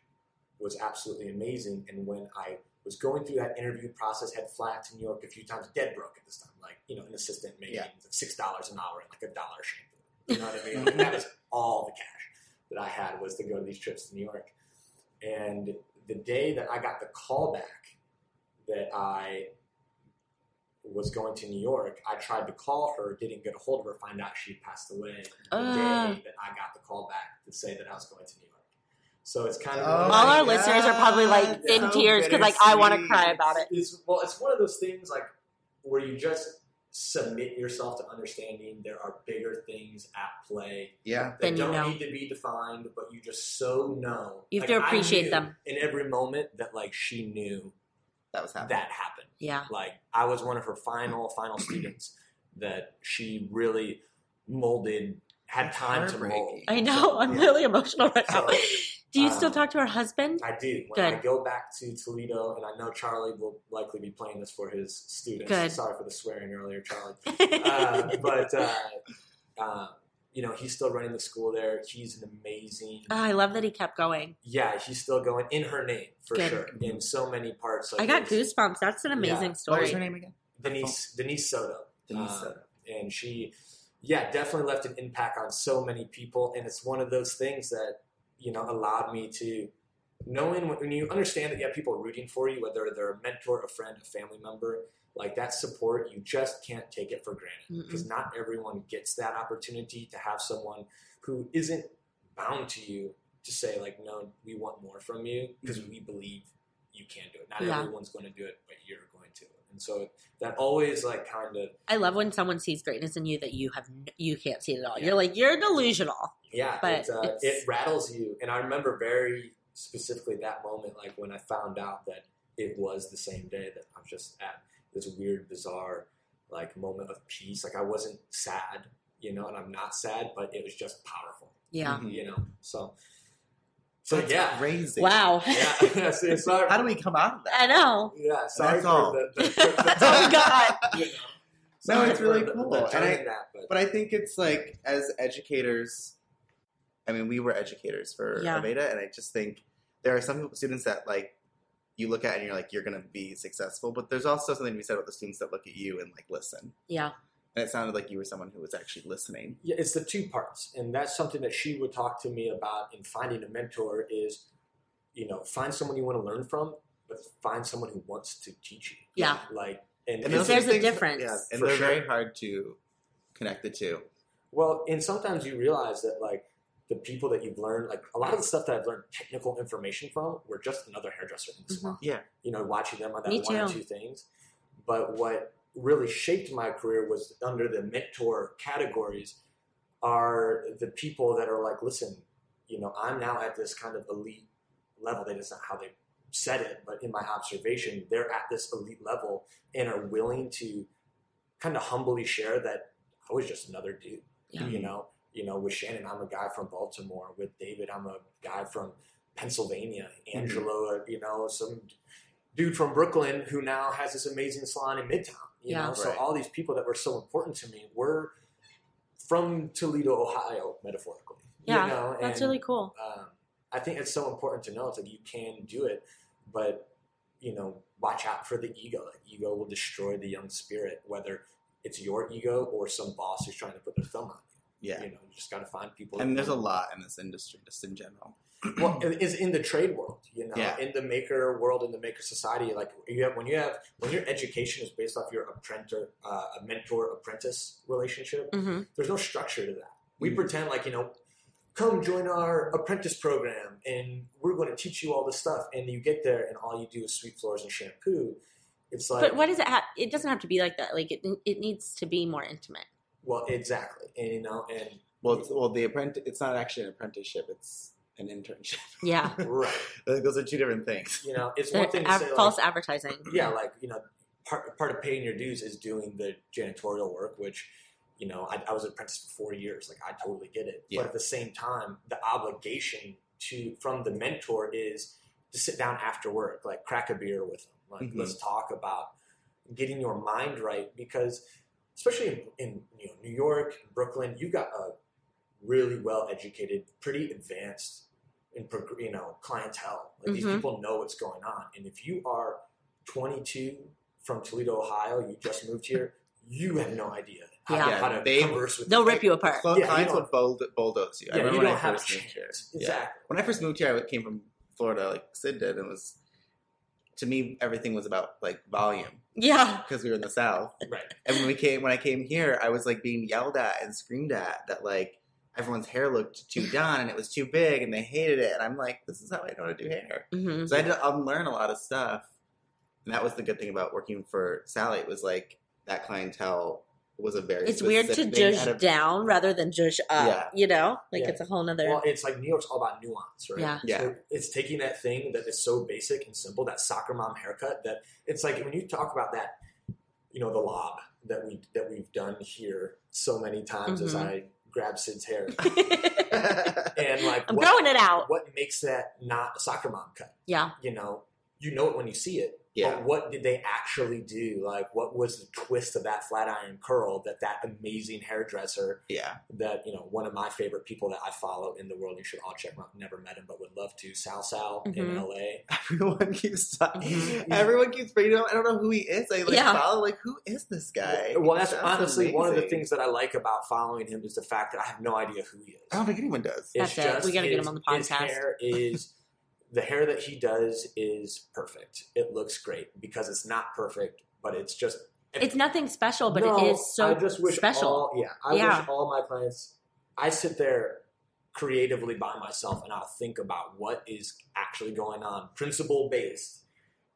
[SPEAKER 3] was absolutely amazing. And when I was going through that interview process, had flat to New York a few times, dead broke at this time, like you know, an assistant making
[SPEAKER 2] Yeah.
[SPEAKER 3] six dollars an hour and like a dollar shampoo. You know what I mean? and that was all the cash that I had was to go to these trips to New York. And the day that I got the call back that I was going to New York, I tried to call her, didn't get a hold of her, find out she passed away the
[SPEAKER 1] Ah.
[SPEAKER 3] day that I got the call back to say that I was going to New York. So it's kind of
[SPEAKER 2] Oh
[SPEAKER 1] All
[SPEAKER 2] my
[SPEAKER 1] our listeners are probably like
[SPEAKER 2] God,
[SPEAKER 1] in
[SPEAKER 2] so
[SPEAKER 1] tears because like I want to cry
[SPEAKER 2] bittersweet.
[SPEAKER 1] about it.
[SPEAKER 3] it's well, it's one of those things like where you just submit yourself to understanding there are bigger things at play
[SPEAKER 2] Yeah.
[SPEAKER 3] that
[SPEAKER 1] Then you
[SPEAKER 3] don't
[SPEAKER 1] know.
[SPEAKER 3] need to be defined, but you just so know.
[SPEAKER 1] You have
[SPEAKER 3] Like,
[SPEAKER 1] to
[SPEAKER 3] I
[SPEAKER 1] appreciate
[SPEAKER 3] knew
[SPEAKER 1] them.
[SPEAKER 3] in every moment that like she knew
[SPEAKER 2] That was happening.
[SPEAKER 3] that happened.
[SPEAKER 1] Yeah.
[SPEAKER 3] Like I was one of her final final students that she really molded, had
[SPEAKER 2] That's
[SPEAKER 3] time to mold.
[SPEAKER 2] heartbreaking.
[SPEAKER 1] I know. I'm
[SPEAKER 2] Yeah. Uh,
[SPEAKER 1] really emotional right now.
[SPEAKER 3] So,
[SPEAKER 1] Do you still
[SPEAKER 3] um,
[SPEAKER 1] talk to her husband?
[SPEAKER 3] I do. When I
[SPEAKER 1] Good.
[SPEAKER 3] go back to Toledo, and I know Charlie will likely be playing this for his students.
[SPEAKER 1] Good.
[SPEAKER 3] Sorry for the swearing earlier, Charlie. Uh, but uh, uh, you know, he's still running the school there. He's an amazing.
[SPEAKER 1] Oh, I love that he kept going.
[SPEAKER 3] yeah, he's still going in her name for
[SPEAKER 1] Good.
[SPEAKER 3] sure. In so many parts. Like
[SPEAKER 1] I got
[SPEAKER 3] there's
[SPEAKER 1] goosebumps. That's an amazing
[SPEAKER 2] What was her
[SPEAKER 1] story.
[SPEAKER 2] name again?
[SPEAKER 3] Denise Denise Soto.
[SPEAKER 2] Denise
[SPEAKER 3] Uh,
[SPEAKER 2] Soto.
[SPEAKER 3] and she yeah definitely left an impact on so many people and it's one of those things that you know allowed me to knowing when, when you understand that you have people rooting for you whether they're a mentor a friend a family member like that support you just can't take it for granted
[SPEAKER 1] Mm-mm.
[SPEAKER 3] because not everyone gets that opportunity to have someone who isn't bound to you to say like no we want more from you because we believe you can do it not
[SPEAKER 1] Mm-hmm. Yeah.
[SPEAKER 3] everyone's going to do it but you're going to and so that always like kind of
[SPEAKER 1] I love when someone sees greatness in you that you have n- you can't see it at all. You're like you're delusional.
[SPEAKER 3] Yeah,
[SPEAKER 1] But
[SPEAKER 3] it, uh,
[SPEAKER 1] it's-
[SPEAKER 3] it rattles you. And I remember very specifically that moment, like when I found out that it was the same day that I was just at this weird, bizarre, like moment of peace. Like I wasn't sad, you know, and I'm not sad, but it was just powerful,
[SPEAKER 1] Yeah.
[SPEAKER 2] Mhm.
[SPEAKER 3] you know. So, so
[SPEAKER 2] That's
[SPEAKER 3] yeah,
[SPEAKER 2] Crazy.
[SPEAKER 1] Wow.
[SPEAKER 3] yeah. so it's not-
[SPEAKER 2] How do we come out of that?
[SPEAKER 1] I know.
[SPEAKER 3] Yeah, sorry
[SPEAKER 2] That's
[SPEAKER 3] for
[SPEAKER 2] all.
[SPEAKER 3] the. the, the,
[SPEAKER 1] That's all we got.
[SPEAKER 3] you know,
[SPEAKER 2] No, it's
[SPEAKER 3] sorry for
[SPEAKER 2] really
[SPEAKER 3] the-
[SPEAKER 2] cool.
[SPEAKER 3] the
[SPEAKER 2] And
[SPEAKER 3] turning
[SPEAKER 2] I-
[SPEAKER 3] that, but,
[SPEAKER 2] But I think it's like as educators, I mean, we were educators for
[SPEAKER 1] Yeah.
[SPEAKER 2] Aveda, and I just think there are some people, students that like you look at and you're like, you're going to be successful. But there's also something to be said about the students that look at you and like listen.
[SPEAKER 1] Yeah.
[SPEAKER 2] And it sounded like you were someone who was actually listening.
[SPEAKER 3] yeah, it's the two parts, and that's something that she would talk to me about in finding a mentor. Is you know, find someone you want to learn from, but find someone who wants to teach you.
[SPEAKER 1] Yeah.
[SPEAKER 3] like and,
[SPEAKER 1] those there's
[SPEAKER 2] are
[SPEAKER 1] a
[SPEAKER 2] things-
[SPEAKER 1] difference.
[SPEAKER 2] Yeah, and
[SPEAKER 3] For
[SPEAKER 2] they're
[SPEAKER 3] sure.
[SPEAKER 2] very hard to connect the two.
[SPEAKER 3] well, and sometimes you realize that like the people that you've learned, like a lot of the stuff that I've learned technical information from, were just another hairdresser in the
[SPEAKER 1] Mhm.
[SPEAKER 3] salon.
[SPEAKER 2] Yeah.
[SPEAKER 3] you know, watching them on that
[SPEAKER 1] Me
[SPEAKER 3] one or
[SPEAKER 1] too.
[SPEAKER 3] two things. But what really shaped my career was under the mentor categories are the people that are like, listen, you know, I'm now at this kind of elite level. That is not how they said it, but in my observation, they're at this elite level and are willing to kind of humbly share that I was just another dude.
[SPEAKER 1] Yeah.
[SPEAKER 3] You know, you know, with Shannon, I'm a guy from Baltimore. With David, I'm a guy from Pennsylvania.
[SPEAKER 1] Mm-hmm.
[SPEAKER 3] Angelo, uh, you know, some dude from Brooklyn who now has this amazing salon in Midtown. You
[SPEAKER 1] Yeah.
[SPEAKER 3] know, so
[SPEAKER 2] Right.
[SPEAKER 3] all these people that were so important to me were from Toledo, Ohio, metaphorically.
[SPEAKER 1] Yeah,
[SPEAKER 3] you know?
[SPEAKER 1] That's
[SPEAKER 3] and,
[SPEAKER 1] really cool.
[SPEAKER 3] Um, I think it's so important to know. It's like you can do it, but you know, watch out for the ego. Like, ego will destroy the young spirit, whether it's your ego or some boss who's trying to put their thumb on you.
[SPEAKER 2] Yeah.
[SPEAKER 3] You know, you just got to find people.
[SPEAKER 2] And
[SPEAKER 3] that-
[SPEAKER 2] there's a lot in this industry, just in general.
[SPEAKER 3] well, it- it's in the trade world, you know,
[SPEAKER 2] Yeah.
[SPEAKER 3] in the maker world, in the maker society. Like you have when you have when your education is based off your apprentice, uh, a mentor apprentice relationship.
[SPEAKER 1] hmm
[SPEAKER 2] Mm.
[SPEAKER 3] There's no structure to that. We
[SPEAKER 2] Mhm.
[SPEAKER 3] pretend like you know, come join our apprentice program, and we're going to teach you all this stuff. And you get there, and all you do is sweep floors and shampoo. It's like
[SPEAKER 1] But what does it have? It doesn't have to be like that. Like it, it needs to be more intimate.
[SPEAKER 3] well, exactly, and you know, and
[SPEAKER 2] Well, it's, well, the apprentice, it's not actually an apprenticeship, it's an internship.
[SPEAKER 1] Yeah.
[SPEAKER 3] right,
[SPEAKER 2] Those are two different things.
[SPEAKER 3] you know, it's
[SPEAKER 1] The
[SPEAKER 3] one thing to
[SPEAKER 1] ad-
[SPEAKER 3] say like,
[SPEAKER 1] false advertising.
[SPEAKER 3] yeah, like you know, part part of paying your dues is doing the janitorial work, which you know I, I was an apprentice for four years. Like I totally get it,
[SPEAKER 2] Yeah.
[SPEAKER 3] but at the same time, the obligation to from the mentor is to sit down after work, like crack a beer with them, like
[SPEAKER 2] Mhm.
[SPEAKER 3] let's talk about getting your mind right because especially in, in you know New York, Brooklyn, you got a really well educated, pretty advanced and prog- you know clientele. Like these
[SPEAKER 1] Mhm.
[SPEAKER 3] people know what's going on, and if you are 22 from Toledo, Ohio, you just moved here, you have no idea how,
[SPEAKER 1] Yeah.
[SPEAKER 3] how to
[SPEAKER 2] They-
[SPEAKER 3] converse with.
[SPEAKER 1] They'll
[SPEAKER 3] people.
[SPEAKER 1] rip you apart.
[SPEAKER 2] Close
[SPEAKER 3] Yeah, you
[SPEAKER 2] clients
[SPEAKER 3] don't-
[SPEAKER 2] will bold, bulldoze you. I
[SPEAKER 3] Yeah,
[SPEAKER 2] remember
[SPEAKER 3] you
[SPEAKER 2] when
[SPEAKER 3] don't
[SPEAKER 2] I
[SPEAKER 3] have a
[SPEAKER 2] first moved here.
[SPEAKER 3] chance.
[SPEAKER 2] Yeah.
[SPEAKER 3] Exactly.
[SPEAKER 2] When I first moved here, I came from Florida, like Sid did, and it was to me everything was about like volume
[SPEAKER 1] Yeah.
[SPEAKER 2] because we were in the South.
[SPEAKER 3] Right.
[SPEAKER 2] And when we came, when I came here, I was like being yelled at and screamed at that like everyone's hair looked too done and it was too big and they hated it. And I'm like, this is how I know how to do hair.
[SPEAKER 1] hmm
[SPEAKER 2] So I had to unlearn a lot of stuff. And that was the good thing about working for Sally. It was like that clientele was a very
[SPEAKER 1] It's weird to
[SPEAKER 2] specific thing
[SPEAKER 1] judge
[SPEAKER 2] out of-
[SPEAKER 1] down rather than judge up.
[SPEAKER 2] Yeah.
[SPEAKER 1] You know, like
[SPEAKER 3] Yeah.
[SPEAKER 1] it's a whole nother.
[SPEAKER 3] Well, it's like New York's all about nuance, right?
[SPEAKER 1] Yeah.
[SPEAKER 2] Yeah.
[SPEAKER 3] So it's taking that thing that is so basic and simple, that soccer mom haircut. That it's like when you talk about that, you know, the lob that we that we've done here so many times as
[SPEAKER 1] Mhm.
[SPEAKER 3] I grab Sid's hair
[SPEAKER 1] I'm
[SPEAKER 3] and like what,
[SPEAKER 1] growing it out.
[SPEAKER 3] what makes that not a soccer mom cut?
[SPEAKER 1] Yeah.
[SPEAKER 3] You know, you know it when you see it.
[SPEAKER 2] yeah.
[SPEAKER 3] But what did they actually do? Like, what was the twist of that flat iron curl that that amazing hairdresser
[SPEAKER 2] Yeah.
[SPEAKER 3] that you know one of my favorite people that I follow in the world. You should all check him out. Never met him, but would love to. Sal Sal in
[SPEAKER 1] Mhm.
[SPEAKER 3] L.A.
[SPEAKER 2] Everyone keeps
[SPEAKER 3] Mhm.
[SPEAKER 2] talking. Everyone keeps bringing up. I don't know who he is. I like
[SPEAKER 1] Yeah.
[SPEAKER 2] follow. Like, who is this guy?
[SPEAKER 3] Well, that's
[SPEAKER 2] Sounds
[SPEAKER 3] honestly one of the
[SPEAKER 2] amazing.
[SPEAKER 3] things that I like about following him is the fact that I have no idea who he is.
[SPEAKER 2] I don't think anyone does.
[SPEAKER 1] That's it. We gotta get him on the
[SPEAKER 3] His
[SPEAKER 1] podcast.
[SPEAKER 3] hair is the hair that he does is perfect. It looks great because it's not perfect, but it's just
[SPEAKER 1] It's nothing special, but
[SPEAKER 3] No,
[SPEAKER 1] it is so
[SPEAKER 3] I just wish
[SPEAKER 1] special.
[SPEAKER 3] All, yeah, I
[SPEAKER 1] Yeah.
[SPEAKER 3] wish all my clients. I sit there creatively by myself and I'll think about what is actually going on, principle based,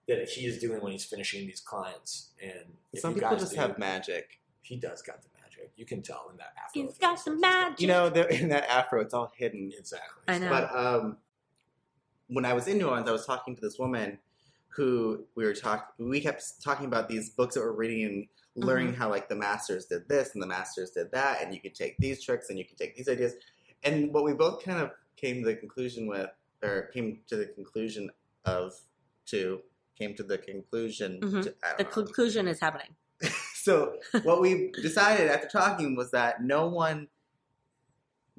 [SPEAKER 3] that he is doing when he's finishing these clients. And if
[SPEAKER 2] Some
[SPEAKER 3] you
[SPEAKER 2] people
[SPEAKER 3] guys
[SPEAKER 2] just
[SPEAKER 3] do,
[SPEAKER 2] have magic.
[SPEAKER 3] He does got the magic. You can tell in that afro.
[SPEAKER 1] He's got the magic.
[SPEAKER 2] You know, the, in that afro, it's all hidden.
[SPEAKER 3] Exactly.
[SPEAKER 1] I know.
[SPEAKER 2] But um, when I was in New Orleans, I was talking to this woman who we were talking. We kept talking about these books that we're reading and
[SPEAKER 1] Mm-hmm.
[SPEAKER 2] learning how like the masters did this and the masters did that, and you could take these tricks and you could take these ideas. And what we both kind of came to the conclusion with, or came to the conclusion of, to came to the conclusion.
[SPEAKER 1] Mhm.
[SPEAKER 2] To, I
[SPEAKER 1] the
[SPEAKER 2] don't know.
[SPEAKER 1] conclusion is happening.
[SPEAKER 2] So what we decided after talking was that no one,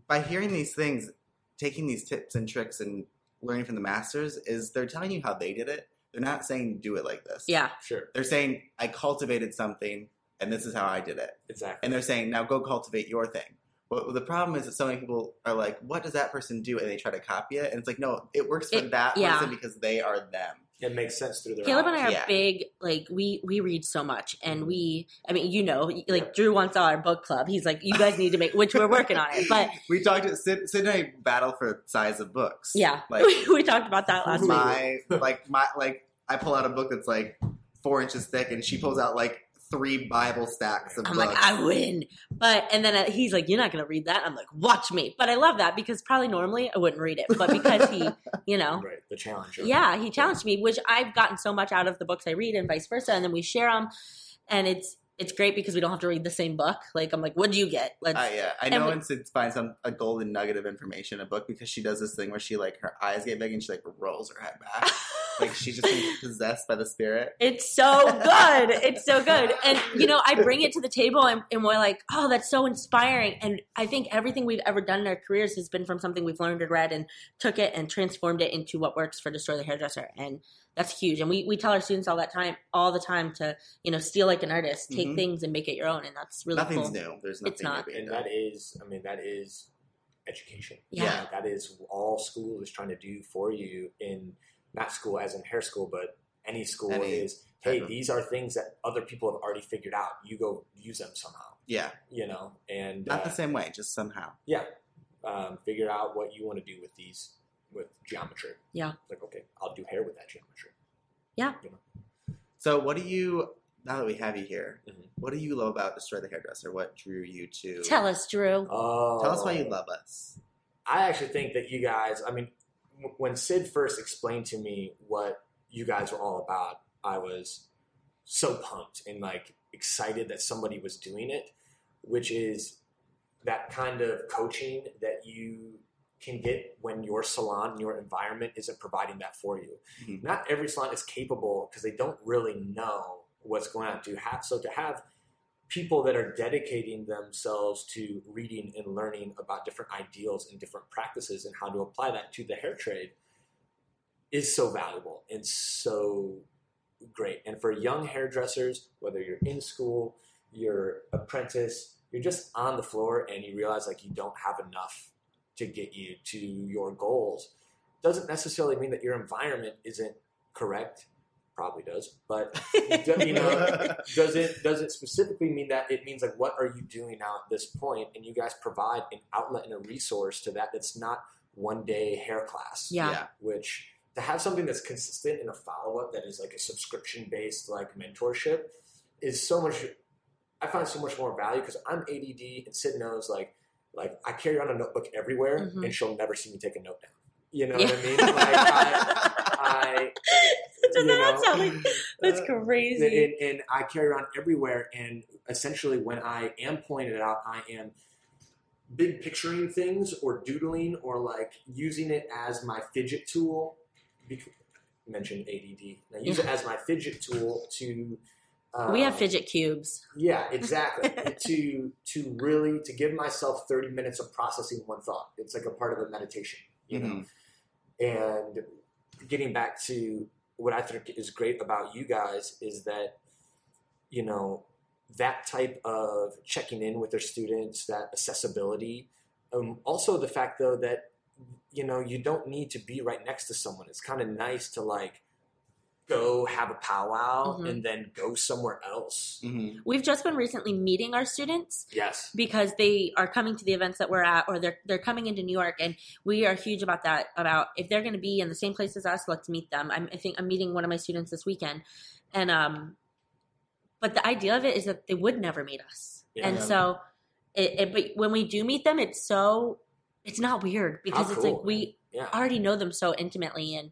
[SPEAKER 2] by hearing these things, taking these tips and tricks and learning from the masters, is they're telling you how they did it. They're not saying do it like this.
[SPEAKER 1] Yeah.
[SPEAKER 3] Sure.
[SPEAKER 2] They're saying I cultivated something and this is how I did it.
[SPEAKER 3] Exactly.
[SPEAKER 2] And they're saying now go cultivate your thing. But the problem is that so many people are like, what does that person do? And they try to copy it. And it's like, no, it works for
[SPEAKER 1] It-
[SPEAKER 2] that
[SPEAKER 1] yeah.
[SPEAKER 2] person because they are them.
[SPEAKER 3] it makes sense through their
[SPEAKER 1] Caleb and
[SPEAKER 3] eyes.
[SPEAKER 1] I are
[SPEAKER 2] Yeah.
[SPEAKER 1] big, like we we read so much, and we, I mean, you know, like
[SPEAKER 3] Yeah.
[SPEAKER 1] Drew wants our book club. He's like, you guys need to make, which we're working on it, but
[SPEAKER 2] we talked. Sid, Sid and I battle for size of books.
[SPEAKER 1] yeah,
[SPEAKER 2] Like-
[SPEAKER 1] we talked about that last week.
[SPEAKER 2] my like my like I pull out a book that's like four inches thick, and she pulls out like three Bible stacks of
[SPEAKER 1] I'm
[SPEAKER 2] books.
[SPEAKER 1] like, I win. But, and then uh, he's like, you're not going to read that. I'm like, watch me. But I love that because probably normally I wouldn't read it. But because he, you know,
[SPEAKER 3] Right. The challenge. of-
[SPEAKER 1] yeah, he challenged me, which I've gotten so much out of the books I read and vice versa. And then we share them. And it's, it's great because we don't have to read the same book. Like, I'm like, what'd you get? Let's,
[SPEAKER 2] Uh, yeah, I know.
[SPEAKER 1] every-
[SPEAKER 2] And Sid finds some a golden nugget of information in a book because she does this thing where she like her eyes get big and she like rolls her head back, like she's just been possessed by the spirit.
[SPEAKER 1] It's so good. It's so good. And you know, I bring it to the table and, and we're like, oh, that's so inspiring. And I think everything we've ever done in our careers has been from something we've learned and read and took it and transformed it into what works for Destroy the Hairdresser. And that's huge. And we, we tell our students all that time all the time to, you know, steal like an artist, take
[SPEAKER 2] Mhm.
[SPEAKER 1] things and make it your own. And that's really
[SPEAKER 2] Nothing's
[SPEAKER 1] cool.
[SPEAKER 2] new. There's nothing
[SPEAKER 1] not.
[SPEAKER 2] new. being
[SPEAKER 3] and
[SPEAKER 2] done.
[SPEAKER 3] that is i mean that is education
[SPEAKER 1] Yeah.
[SPEAKER 2] Yeah.
[SPEAKER 3] that is all school is trying to do for you in not school as in hair school but any school
[SPEAKER 2] Any
[SPEAKER 3] is hey
[SPEAKER 2] type of-
[SPEAKER 3] these are things that other people have already figured out you go use them somehow
[SPEAKER 2] yeah,
[SPEAKER 3] you know and
[SPEAKER 2] not
[SPEAKER 3] uh,
[SPEAKER 2] the same way. Just somehow.
[SPEAKER 3] yeah um, figure out what you want to do with these with geometry
[SPEAKER 1] Yeah.
[SPEAKER 3] like okay i'll do hair with that geometry
[SPEAKER 2] So, what do you? Now that we have you here,
[SPEAKER 3] Mhm.
[SPEAKER 2] what do you love about Destroy the Hairdresser? What drew you to?
[SPEAKER 1] Tell us, Drew.
[SPEAKER 3] oh
[SPEAKER 2] Tell us why you love us.
[SPEAKER 3] I actually think that you guys, I mean, w- when Sid first explained to me what you guys were all about, I was so pumped and like excited that somebody was doing it, which is that kind of coaching that you can get when your salon and your environment isn't providing that for you.
[SPEAKER 2] Mhm.
[SPEAKER 3] Not every salon is capable because they don't really know what's going on. To have so to have people that are dedicating themselves to reading and learning about different ideals and different practices and how to apply that to the hair trade is so valuable and so great. And for young hairdressers, whether you're in school, you're apprentice, you're just on the floor and you realize like you don't have enough to get you to your goals. Doesn't necessarily mean that your environment isn't correct. Probably does, but you know, does it does it specifically mean that it means like what are you doing now at this point and you guys provide an outlet and a resource to that that's not one day hair class
[SPEAKER 1] Yeah.
[SPEAKER 3] which to have something that's consistent and a follow-up that is like a subscription based like mentorship is so much i find so much more value because i'm add and sid knows like like i carry on a notebook everywhere
[SPEAKER 1] Mhm.
[SPEAKER 3] and she'll never see me take a note down you know what i
[SPEAKER 1] Yeah.
[SPEAKER 3] mean like i, I
[SPEAKER 1] Doesn't
[SPEAKER 3] you
[SPEAKER 1] that
[SPEAKER 3] know, Uh,
[SPEAKER 1] sound like that's crazy?
[SPEAKER 3] and, and I carry around everywhere. And essentially, when I am pointed out, I am big picturing things or doodling or like using it as my fidget tool. Bec- mentioned ADD. Now use it as my fidget tool to. Um,
[SPEAKER 1] we have fidget cubes.
[SPEAKER 3] Yeah, exactly. to to really to give myself thirty minutes of processing one thought. It's like a part of a meditation, you know
[SPEAKER 2] Mhm.
[SPEAKER 3] and getting back to what I think is great about you guys is that you know that type of checking in with their students, that accessibility, um, also the fact though that you know you don't need to be right next to someone. It's kind of nice to like go have a powwow
[SPEAKER 1] Mhm.
[SPEAKER 3] and then go somewhere else.
[SPEAKER 2] Mhm.
[SPEAKER 1] We've just been recently meeting our students
[SPEAKER 3] Yes.
[SPEAKER 1] because they are coming to the events that we're at or they're they're coming into New York and we are huge about that about if they're going to be in the same place as us let's meet them I'm, I think I'm meeting one of my students this weekend and um but the idea of it is that they would never meet us
[SPEAKER 3] Yeah.
[SPEAKER 1] and so it, it but when we do meet them it's so it's not weird because it's
[SPEAKER 3] cool,
[SPEAKER 1] like we
[SPEAKER 3] Yeah.
[SPEAKER 1] already know them so intimately and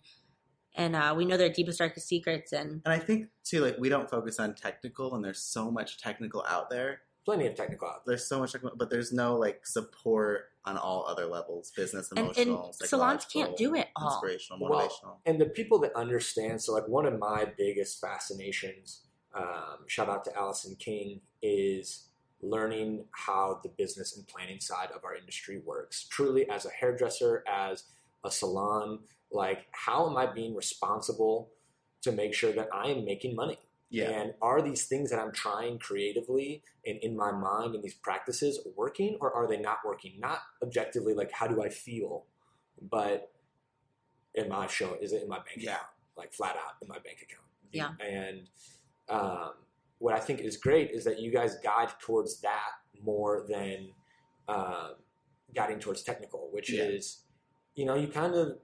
[SPEAKER 1] and uh, we know their deepest darkest secrets and
[SPEAKER 2] And I think too, like we don't focus on technical, and there's so much technical out there.
[SPEAKER 3] Plenty of technical out there.
[SPEAKER 2] There's so much, technical, but there's no like support on all other levels: business,
[SPEAKER 1] and,
[SPEAKER 2] emotional,
[SPEAKER 1] and salons can't
[SPEAKER 2] psychological,
[SPEAKER 1] do it all
[SPEAKER 2] Inspirational,
[SPEAKER 3] Well,
[SPEAKER 2] motivational.
[SPEAKER 3] and the people that understand so like one of my biggest fascinations um, shout out to allison king is learning how the business and planning side of our industry works truly as a hairdresser as a salon like how am i being responsible to make sure that i am making money
[SPEAKER 2] yeah.
[SPEAKER 3] and are these things that I'm trying creatively and in my mind and these practices working or are they not working? Not objectively, like how do I feel, but am I showing, is it in my bank
[SPEAKER 2] Yeah.
[SPEAKER 3] account? Like flat out in my bank account.
[SPEAKER 1] Yeah.
[SPEAKER 3] And um, what I think is great is that you guys guide towards that more than um, guiding towards technical, which
[SPEAKER 2] Yeah.
[SPEAKER 3] is, you know, you kind of,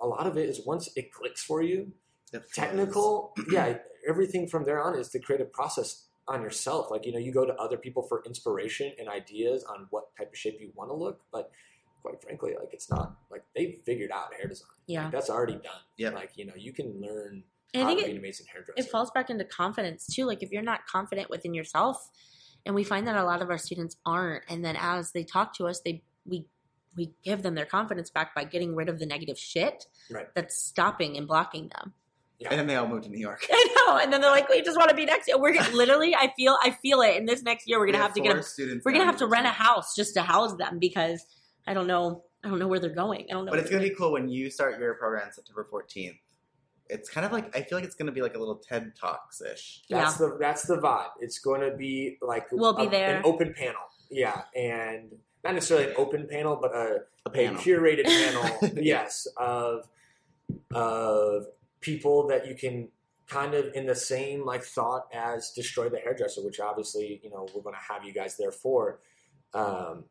[SPEAKER 3] a lot of it is once it clicks for you,
[SPEAKER 2] It flows.
[SPEAKER 3] technical yeah everything from there on is the creative process on yourself like you know you go to other people for inspiration and ideas on what type of shape you want to look but quite frankly like it's not like they figured out hair design
[SPEAKER 1] yeah
[SPEAKER 3] like, that's already done
[SPEAKER 2] Yep.
[SPEAKER 3] like you know you can learn
[SPEAKER 1] And I
[SPEAKER 3] how
[SPEAKER 1] think
[SPEAKER 3] to be
[SPEAKER 1] it,
[SPEAKER 3] an amazing hairdresser
[SPEAKER 1] it falls back into confidence too. Like if you're not confident within yourself, and we find that a lot of our students aren't, and then as they talk to us, they we we give them their confidence back by getting rid of the negative shit
[SPEAKER 3] Right.
[SPEAKER 1] that's stopping and blocking them.
[SPEAKER 2] And then they all moved to New York.
[SPEAKER 1] I know, and then they're like, "We just want to be next." We're gonna- literally, I feel, I feel it. And this next year, we're gonna have to get, a, we're gonna have to rent a house just to house them because I don't know, I don't know where they're going. I don't know.
[SPEAKER 2] But
[SPEAKER 1] what
[SPEAKER 2] it's gonna be cool when you start your program September 14th. It's kind of like I feel like it's gonna be like a little TED Talks ish.
[SPEAKER 3] that's the that's the vibe it's going to be like
[SPEAKER 1] We'll be
[SPEAKER 3] a-
[SPEAKER 1] there.
[SPEAKER 3] an open panel yeah and not necessarily an open panel but a
[SPEAKER 2] A
[SPEAKER 3] a
[SPEAKER 2] panel.
[SPEAKER 3] curated panel, yes, of of people that you can kind of in the same like thought as destroy the hairdresser, which obviously you know we're going to have you guys there for. Um,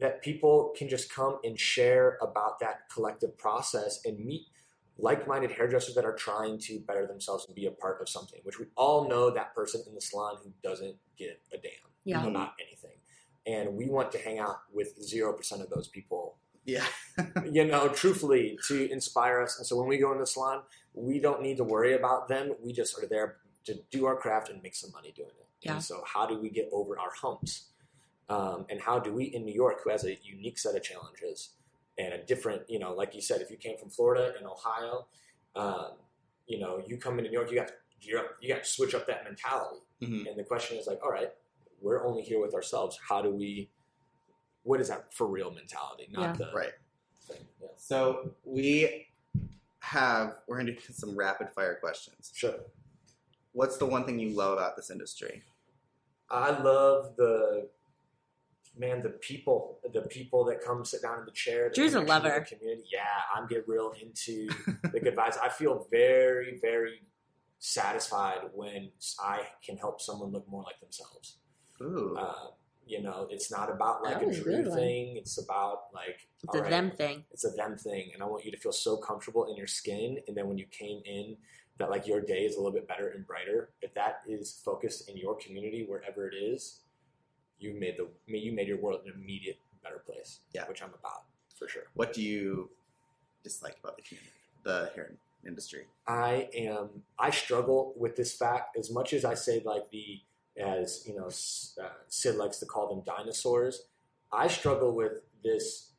[SPEAKER 3] that people can just come and share about that collective process and meet like-minded hairdressers that are trying to better themselves and be a part of something which we all know that person in the salon who doesn't give a damn
[SPEAKER 1] Yeah.
[SPEAKER 2] Mm-hmm.
[SPEAKER 3] about anything and we want to hang out with 0% of those people
[SPEAKER 2] Yeah.
[SPEAKER 3] you know, truthfully, to inspire us. And so when we go into the salon, we don't need to worry about them. We just are there to do our craft and make some money doing it.
[SPEAKER 1] Yeah.
[SPEAKER 3] And so how do we get over our humps? Um, and how do we in New York, who has a unique set of challenges and a different, you know, like you said, if you came from Florida and Ohio, um, you know, you come into New York, you got to gear up, you got to switch up that mentality.
[SPEAKER 2] Mhm.
[SPEAKER 3] And the question is like, all right, we're only here with ourselves. How do we? What is that for real mentality? Not the
[SPEAKER 2] Right.
[SPEAKER 3] thing. Yeah.
[SPEAKER 2] So we have we're gonna do some rapid fire questions.
[SPEAKER 3] Sure.
[SPEAKER 2] What's the one thing you love about this industry?
[SPEAKER 3] I love the man, the people, the people that come sit down in the chair. the
[SPEAKER 1] Drew's a
[SPEAKER 3] connection to
[SPEAKER 1] lover.
[SPEAKER 3] The community, yeah, I'm get real into the good vibes. I feel very, very satisfied when I can help someone look more like themselves.
[SPEAKER 2] Ooh.
[SPEAKER 3] Uh, you know, it's not about like
[SPEAKER 1] That
[SPEAKER 3] a
[SPEAKER 1] was a good
[SPEAKER 3] Drew
[SPEAKER 1] one.
[SPEAKER 3] thing. It's about like
[SPEAKER 1] It's
[SPEAKER 3] all
[SPEAKER 1] a
[SPEAKER 3] right,
[SPEAKER 1] them thing.
[SPEAKER 3] it's a them thing and i want you to feel so comfortable in your skin and then when you came in that like your day is a little bit better and brighter if that is focused in your community wherever it is you made the ma- you made your world an immediate better place
[SPEAKER 2] Yeah.
[SPEAKER 3] which i'm about for sure
[SPEAKER 2] what do you dislike about the community, the hair industry?
[SPEAKER 3] i am i struggle with this fact as much as i say like the as you know S- uh, sid likes to call them dinosaurs i struggle with this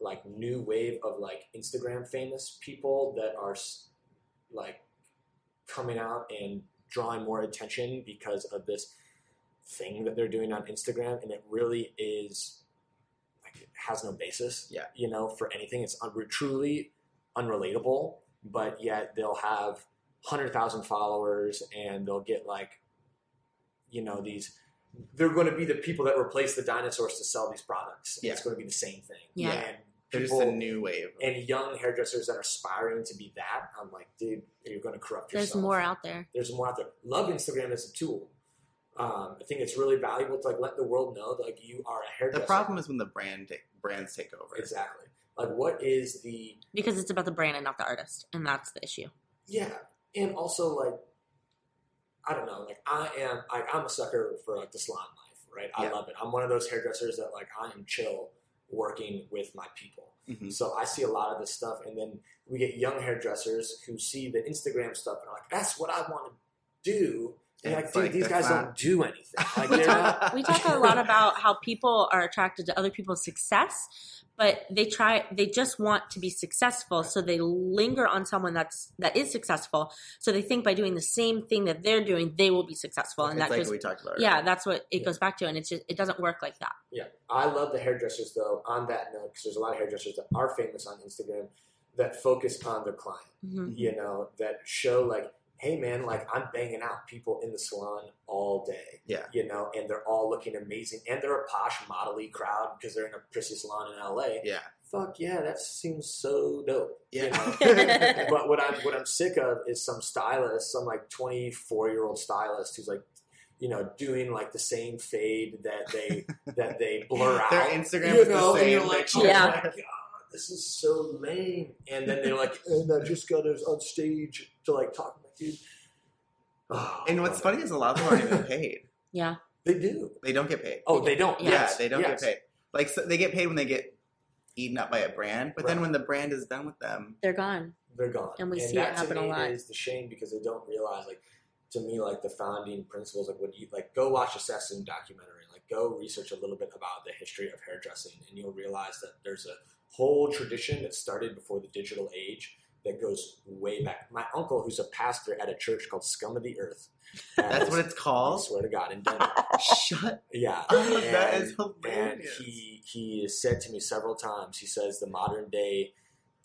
[SPEAKER 3] like new wave of like instagram famous people that are s- like coming out and drawing more attention because of this thing that they're doing on Instagram, and it really is like it has no basis.
[SPEAKER 2] Yeah.
[SPEAKER 3] you know, for anything, it's un- truly unrelatable. But yet they'll have hundred thousand followers, and they'll get like, you know, these. They're going to be the people that replace the dinosaurs to sell these products. And It's going to be the same thing.
[SPEAKER 1] Yeah.
[SPEAKER 3] And
[SPEAKER 2] There's
[SPEAKER 3] people-
[SPEAKER 2] a new wave. of-
[SPEAKER 3] and young hairdressers that are aspiring to be that, I'm like, dude, you're going to corrupt
[SPEAKER 1] There's
[SPEAKER 3] yourself.
[SPEAKER 1] more out there.
[SPEAKER 3] There's more out there. Love Instagram as a tool. Um, I think it's really valuable to like let the world know that like you are a hairdresser.
[SPEAKER 2] the problem is when the brand take, brands take over.
[SPEAKER 3] exactly like what is the
[SPEAKER 1] Because it's about the brand and not the artist. And that's the issue.
[SPEAKER 3] yeah, and also like I don't know, like I am I, I'm a sucker for like the salon life, right? I
[SPEAKER 2] Yeah.
[SPEAKER 3] love it. I'm one of those hairdressers that like I am chill working with my people.
[SPEAKER 2] Mhm.
[SPEAKER 3] So I see a lot of this stuff, and then we get young hairdressers who see the Instagram stuff and are like, "That's what I want to do."
[SPEAKER 2] And
[SPEAKER 3] And, like,
[SPEAKER 2] it's
[SPEAKER 3] dude,
[SPEAKER 2] like,
[SPEAKER 3] these
[SPEAKER 2] that's
[SPEAKER 3] guys
[SPEAKER 2] not-
[SPEAKER 3] don't do anything. Like, they're not,
[SPEAKER 1] we talk a lot about how people are attracted to other people's success but they try they just want to be successful so they linger on someone that's that is successful so they think by doing the same thing that they're doing they will be successful and
[SPEAKER 2] it's
[SPEAKER 1] that
[SPEAKER 2] like
[SPEAKER 1] just
[SPEAKER 2] we talked about.
[SPEAKER 1] yeah
[SPEAKER 2] earlier.
[SPEAKER 1] that's what it
[SPEAKER 3] Yeah.
[SPEAKER 1] goes back to and it's just it doesn't work like that
[SPEAKER 3] Yeah, I love the hairdressers though. On that note, because there's a lot of hairdressers that are famous on Instagram that focus on their client.
[SPEAKER 1] Mhm.
[SPEAKER 3] you know, that show like, hey man, like I'm banging out people in the salon all day.
[SPEAKER 2] Yeah.
[SPEAKER 3] You know, and they're all looking amazing. And they're a posh modelly crowd because they're in a prissy salon in LA.
[SPEAKER 2] yeah,
[SPEAKER 3] Fuck yeah, that seems so dope. you
[SPEAKER 2] yeah.
[SPEAKER 1] know.
[SPEAKER 3] but what I'm what I'm sick of is some stylist, some like 24 year old stylist who's like, you know, doing like the same fade that they that they blur out
[SPEAKER 2] Their Instagram
[SPEAKER 3] you
[SPEAKER 2] is
[SPEAKER 3] know,
[SPEAKER 2] the
[SPEAKER 3] and
[SPEAKER 2] same.
[SPEAKER 3] you're like,
[SPEAKER 2] picture.
[SPEAKER 3] oh
[SPEAKER 1] Yeah.
[SPEAKER 3] my god, this is so lame. And then they're like, and I just got us on stage to like talk, I'm like, dude. Oh,
[SPEAKER 2] And what's funny is a lot of them aren't even paid.
[SPEAKER 1] yeah
[SPEAKER 3] they do.
[SPEAKER 2] They don't get paid.
[SPEAKER 3] Oh, they don't.
[SPEAKER 1] Yeah.
[SPEAKER 3] Yes,
[SPEAKER 2] yeah, they don't
[SPEAKER 3] yes.
[SPEAKER 2] get paid. Like so they get paid when they get eaten up by a brand, but then
[SPEAKER 3] Right.
[SPEAKER 2] when the brand is done with them,
[SPEAKER 1] they're gone
[SPEAKER 3] They're gone.
[SPEAKER 1] And we see
[SPEAKER 3] that
[SPEAKER 1] it
[SPEAKER 3] to
[SPEAKER 1] happen a
[SPEAKER 3] me
[SPEAKER 1] lot.
[SPEAKER 3] Is the shame because they don't realize like. To me, like the founding principles, like what you like, go watch Assassin documentary, like go research a little bit about the history of hairdressing, and you'll realize that there's a whole tradition that started before the digital age that goes way back. My uncle, who's a pastor at a church called Scum of the Earth,
[SPEAKER 2] that's what it's
[SPEAKER 3] I
[SPEAKER 2] called.
[SPEAKER 3] swear to God, in Denver.
[SPEAKER 2] Shut
[SPEAKER 3] yeah,
[SPEAKER 2] up! That
[SPEAKER 3] And-
[SPEAKER 2] is
[SPEAKER 3] and
[SPEAKER 2] hilarious.
[SPEAKER 3] he he has said to me several times. He says the modern day.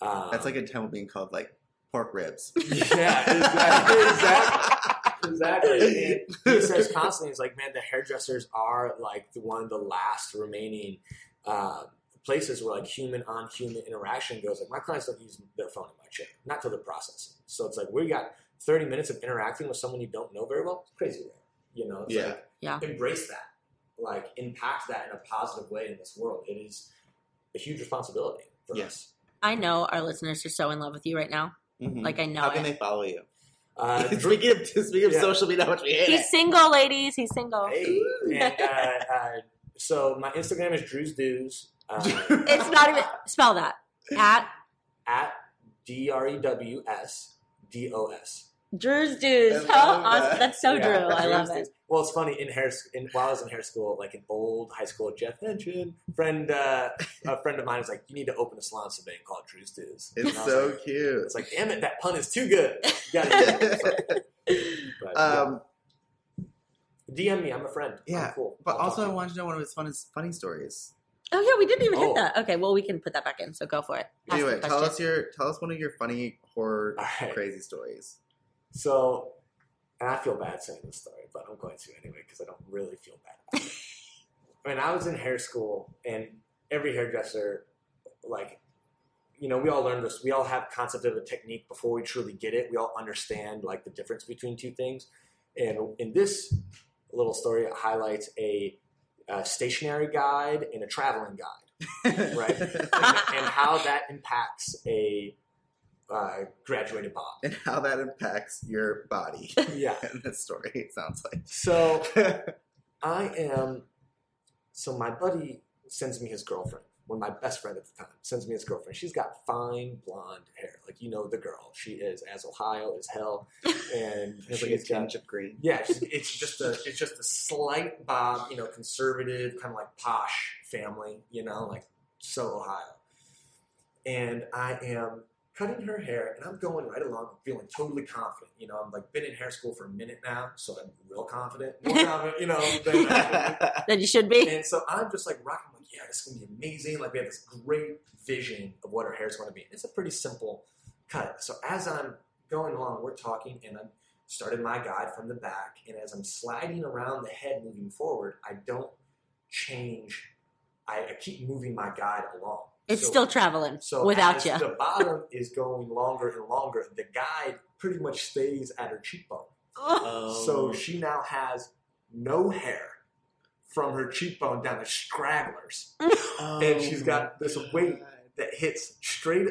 [SPEAKER 3] Um,
[SPEAKER 2] That's like a temple being called like pork ribs.
[SPEAKER 3] yeah, exactly. exactly. Exactly. And he says constantly, he's like, man, the hairdressers are like the, one of the last remaining uh, places where like human on human interaction goes. Like my clients don't use their phone in my chair, not till they're processing. So it's like we got 30 minutes of interacting with someone you don't know very well. It's crazy, rare. you know? It's
[SPEAKER 2] Yeah.
[SPEAKER 3] Like,
[SPEAKER 1] Yeah.
[SPEAKER 3] Embrace that, like impact that in a positive way in this world. It is a huge responsibility for
[SPEAKER 2] Yeah.
[SPEAKER 3] us.
[SPEAKER 1] i know our listeners are so in love with you right now
[SPEAKER 2] Mhm.
[SPEAKER 1] like i know
[SPEAKER 2] how can
[SPEAKER 1] it.
[SPEAKER 2] they follow you?
[SPEAKER 3] Uh,
[SPEAKER 2] speaking of speaking
[SPEAKER 3] Yeah.
[SPEAKER 2] social media, how much we hate
[SPEAKER 1] he's single ladies he's single
[SPEAKER 3] Hey, and, uh, uh, so my Instagram is Drew's Dues uh,
[SPEAKER 1] it's not even spell that at
[SPEAKER 3] at D R E W S D O S.
[SPEAKER 1] Drew's dudes.
[SPEAKER 2] I
[SPEAKER 1] How
[SPEAKER 2] love that.
[SPEAKER 1] awesome. That's so
[SPEAKER 3] Yeah.
[SPEAKER 1] Drew. I love it.
[SPEAKER 3] Well, it's funny in hair. sc- In, while I was in hair school, like an old high school Jeff Henson friend, uh, a friend of mine was like, "You need to open a salon someday and call it Drew's Dues." And
[SPEAKER 2] It's
[SPEAKER 3] I was
[SPEAKER 2] so
[SPEAKER 3] Like,
[SPEAKER 2] cute.
[SPEAKER 3] it's like, damn it, that pun is too good. You gotta do it. So- but, yeah.
[SPEAKER 2] Um,
[SPEAKER 3] DM me. I'm a friend. I'm
[SPEAKER 2] Yeah,
[SPEAKER 3] cool.
[SPEAKER 2] But
[SPEAKER 3] I'll talk
[SPEAKER 2] also,
[SPEAKER 3] to
[SPEAKER 2] I
[SPEAKER 3] you.
[SPEAKER 2] wanted to know one of his funny, funny stories.
[SPEAKER 1] Oh yeah, we didn't even
[SPEAKER 3] Oh.
[SPEAKER 1] hit that. Okay, well we can put that back in. So go for it. Ask
[SPEAKER 2] Do
[SPEAKER 1] the
[SPEAKER 2] it. Tell
[SPEAKER 1] question.
[SPEAKER 2] us your tell us one of your funny horror
[SPEAKER 3] All right.
[SPEAKER 2] crazy stories.
[SPEAKER 3] So, and I feel bad saying this story, but I'm going to anyway because I don't really feel bad. About it. I mean, I was in hair school, and every hairdresser, like, you know, we all learn this. We all have concept of a technique before we truly get it. We all understand like the difference between two things. And in this little story, it highlights a, a stationary guide and a traveling guide Right. and, and how that impacts a uh, graduated bob.
[SPEAKER 2] and how that impacts your body.
[SPEAKER 3] Yeah.
[SPEAKER 2] in this story, it sounds like.
[SPEAKER 3] So I am. So my buddy sends me his girlfriend. One of my best friend at the time sends me his girlfriend. She's got fine blonde hair, like you know the girl. She is as Ohio as hell, and
[SPEAKER 2] It's like a
[SPEAKER 3] she's got
[SPEAKER 2] tinge of green.
[SPEAKER 3] yeah. she's- It's just a it's just a slight bob, you know, conservative kind of like posh family, you know, like so Ohio. And I am cutting her hair, and I'm going right along, I'm feeling totally confident. You know, I'm like been in hair school for a minute now, so I'm real confident, more confident, you know. Than I-
[SPEAKER 1] Then you should be.
[SPEAKER 3] and so I'm just like rocking, like, yeah, this is gonna be amazing. Like we have this great vision of what our hair is gonna be. It's a pretty simple cut. So as I'm going along, we're talking, and I'm starting my guide from the back, and as I'm sliding around the head moving forward, I don't change. I, I keep moving my guide along.
[SPEAKER 1] It's
[SPEAKER 3] So-
[SPEAKER 1] still traveling
[SPEAKER 3] so
[SPEAKER 1] without
[SPEAKER 3] as
[SPEAKER 1] you.
[SPEAKER 3] The bottom is going longer and longer. The guide pretty much stays at her cheekbone. So
[SPEAKER 2] Oh.
[SPEAKER 3] she now has no hair from her cheekbone down to stragglers
[SPEAKER 2] Oh
[SPEAKER 3] and she's got this weight. that hits straight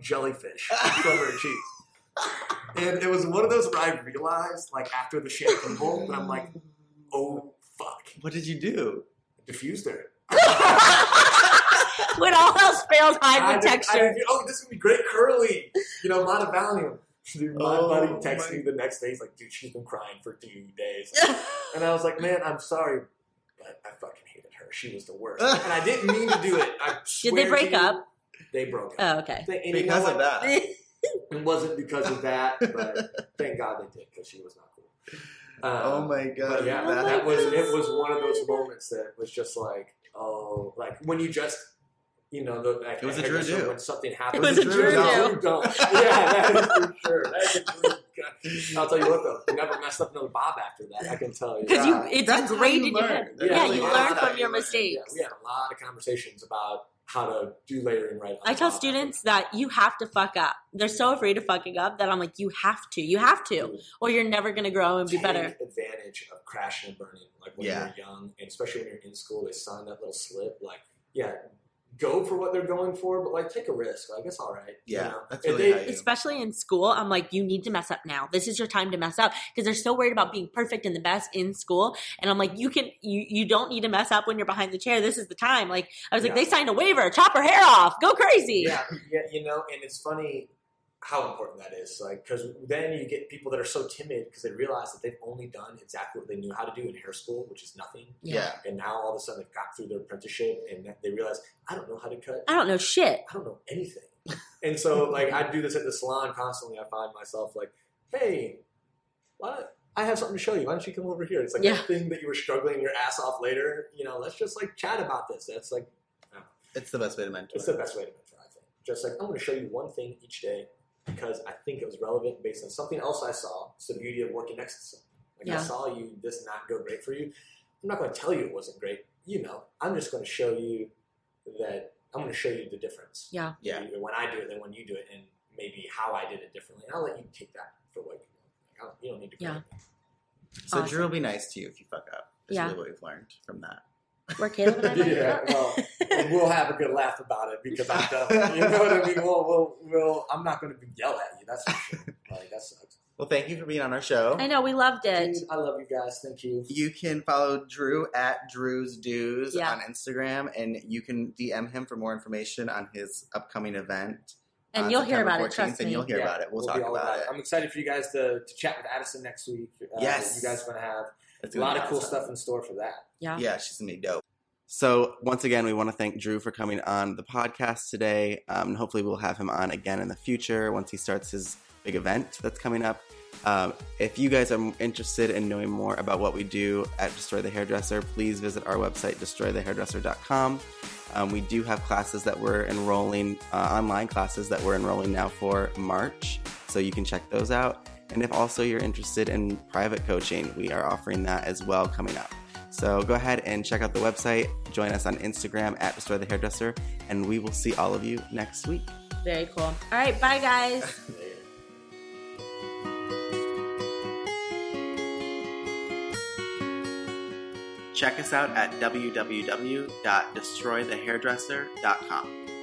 [SPEAKER 3] jellyfish from her cheek. And it was one of those where I realized, like after the shit bowl, that I'm like, oh fuck,
[SPEAKER 2] What did you do?
[SPEAKER 3] diffused her.
[SPEAKER 1] when all else fails, hide
[SPEAKER 3] I
[SPEAKER 1] the
[SPEAKER 3] did- I
[SPEAKER 1] texture.
[SPEAKER 3] did- oh, this would be great, curly. You know, a lot of value. Dude, my
[SPEAKER 2] Oh,
[SPEAKER 3] buddy texts
[SPEAKER 2] my-
[SPEAKER 3] me the next day. He's like, dude, she's been crying for two days. And I was like, man, I'm sorry, but I fucking hated her. She was the worst. And I didn't mean to do it. I swear
[SPEAKER 1] Did they
[SPEAKER 3] to
[SPEAKER 1] break
[SPEAKER 3] you,
[SPEAKER 1] up?
[SPEAKER 3] They broke up.
[SPEAKER 1] Oh, okay.
[SPEAKER 3] They- and you know
[SPEAKER 2] Because
[SPEAKER 3] what?
[SPEAKER 2] of that.
[SPEAKER 3] It wasn't because of that, but thank God they did because she was not cool. Um,
[SPEAKER 2] Oh my god.
[SPEAKER 3] But yeah,
[SPEAKER 1] Oh
[SPEAKER 2] that
[SPEAKER 1] my
[SPEAKER 3] that was it. Was
[SPEAKER 1] God.
[SPEAKER 3] one of those moments that was just like, oh, like when you just, you know, the, like,
[SPEAKER 2] It was a
[SPEAKER 3] I guess
[SPEAKER 2] Drew do.
[SPEAKER 3] when something happens.
[SPEAKER 1] was
[SPEAKER 2] a Drew
[SPEAKER 3] don't.
[SPEAKER 1] do.
[SPEAKER 3] Don't. Yeah, that is for sure. That is a Drew. God. I'll tell you what though, you never messed up another bob after that. I can tell you.
[SPEAKER 1] Because you,
[SPEAKER 2] Yeah.
[SPEAKER 1] it's
[SPEAKER 2] That's how
[SPEAKER 1] ingrained in
[SPEAKER 2] you
[SPEAKER 1] your
[SPEAKER 2] learn.
[SPEAKER 1] head.
[SPEAKER 3] That
[SPEAKER 1] Yeah,
[SPEAKER 3] really
[SPEAKER 1] you
[SPEAKER 3] is
[SPEAKER 1] learn
[SPEAKER 3] how
[SPEAKER 1] from
[SPEAKER 2] you
[SPEAKER 1] your
[SPEAKER 2] learn.
[SPEAKER 3] Yeah,
[SPEAKER 1] mistakes.
[SPEAKER 3] we had a lot of conversations about how to do layering right. on
[SPEAKER 1] I
[SPEAKER 3] the
[SPEAKER 1] tell
[SPEAKER 3] bob.
[SPEAKER 1] students that you have to fuck up. They're so afraid of fucking up that I'm like, you have to. You have to, or you're never going to grow and be
[SPEAKER 3] take
[SPEAKER 1] better.
[SPEAKER 3] advantage of crashing and burning, like when
[SPEAKER 2] Yeah.
[SPEAKER 3] you're young, and especially when you're in school, they sign that little slip. Like, yeah, go for what they're going for, but like take a risk. Like it's all right. you
[SPEAKER 2] Yeah,
[SPEAKER 3] know?
[SPEAKER 2] that's
[SPEAKER 3] And
[SPEAKER 2] really
[SPEAKER 3] they-
[SPEAKER 2] how you-
[SPEAKER 1] Especially in school, I'm like, you need to mess up now. This is your time to mess up because they're so worried about being perfect and the best in school. And I'm like, you can, you, you don't need to mess up when you're behind the chair. This is the time. Like, I was like,
[SPEAKER 3] Yeah.
[SPEAKER 1] they signed a waiver, chop her hair off, go crazy.
[SPEAKER 3] yeah, yeah, you know, and it's funny how important that is. Like, because then you get people that are so timid because they realize that they've only done exactly what they knew how to do in hair school, which is nothing.
[SPEAKER 2] yeah.
[SPEAKER 3] And now all of a sudden they've got through their apprenticeship and that they realize I don't know how to cut
[SPEAKER 1] I don't know shit.
[SPEAKER 3] I don't know anything. And so, like, I do this at the salon constantly. I find myself like, hey, why don't, I have something to show you. Why don't you come over here? It's like
[SPEAKER 1] Yeah.
[SPEAKER 3] that thing that you were struggling your ass off later. You know, let's just like chat about this. That's like,
[SPEAKER 2] It's the best way to mentor.
[SPEAKER 3] it's the best way to mentor, I think. Just like, I'm going to show you one thing each day because I think it was relevant based on something else I saw. It's the beauty of working next to someone. Like, I
[SPEAKER 1] Yeah.
[SPEAKER 3] saw you, this not go great for you. I'm not going to tell you it wasn't great. You know, I'm just going to show you that I'm going to show you the difference
[SPEAKER 2] yeah.
[SPEAKER 3] either when I do it than when you do it, and maybe how I did it differently. And I'll let you take that for what you want. Like, I don't- you don't need to.
[SPEAKER 1] Yeah.
[SPEAKER 2] So
[SPEAKER 1] Awesome.
[SPEAKER 2] Drew will be nice to you if you fuck up. That's
[SPEAKER 1] Yeah.
[SPEAKER 2] really what we've learned from that.
[SPEAKER 1] Where Caleb and I met
[SPEAKER 3] yeah.
[SPEAKER 1] up.
[SPEAKER 3] Well, we'll have a good laugh about it because I'm done. You know what I mean? We'll, we'll, we'll I'm not going to be yelled at you. That's for sure. Like that sucks.
[SPEAKER 2] Well, thank you for being on our show.
[SPEAKER 1] I know we loved it.
[SPEAKER 3] Dude, I love you guys. Thank you.
[SPEAKER 2] You can follow Drew at Drew's Dues
[SPEAKER 1] Yeah.
[SPEAKER 2] on Instagram, and you can DM him for more information on his upcoming event.
[SPEAKER 1] And
[SPEAKER 2] on
[SPEAKER 1] you'll hear
[SPEAKER 2] Uh, September
[SPEAKER 1] about it.
[SPEAKER 2] 14th,
[SPEAKER 1] Trust
[SPEAKER 2] and
[SPEAKER 1] me.
[SPEAKER 2] you'll hear
[SPEAKER 3] Yeah,
[SPEAKER 2] about it. We'll,
[SPEAKER 3] be
[SPEAKER 2] talk
[SPEAKER 3] all
[SPEAKER 2] about it.
[SPEAKER 3] I'm excited for you guys to, to chat with Addison next week. Uh,
[SPEAKER 2] Yes.
[SPEAKER 3] you guys are going to have
[SPEAKER 2] It's
[SPEAKER 3] a
[SPEAKER 2] gonna
[SPEAKER 3] lot
[SPEAKER 2] be
[SPEAKER 3] of cool
[SPEAKER 2] awesome.
[SPEAKER 3] stuff in store for that.
[SPEAKER 1] Yeah.
[SPEAKER 2] Yeah, she's gonna be dope. So once again, we want to thank Drew for coming on the podcast today. Um, and hopefully, we'll have him on again in the future once he starts his big event that's coming up. Um, if you guys are interested in knowing more about what we do at Destroy the Hairdresser, please visit our website, destroythehairdresser.com. Um, we do have classes that we're enrolling, uh, online classes that we're enrolling now for March, so you can check those out. And if also you're interested in private coaching, we are offering that as well coming up. So go ahead and check out the website, join us on Instagram at Destroy the Hairdresser, and we will see all of you next week.
[SPEAKER 1] Very cool. All right, bye guys.
[SPEAKER 3] Later.
[SPEAKER 2] Check us out at www.destroythehairdresser.com.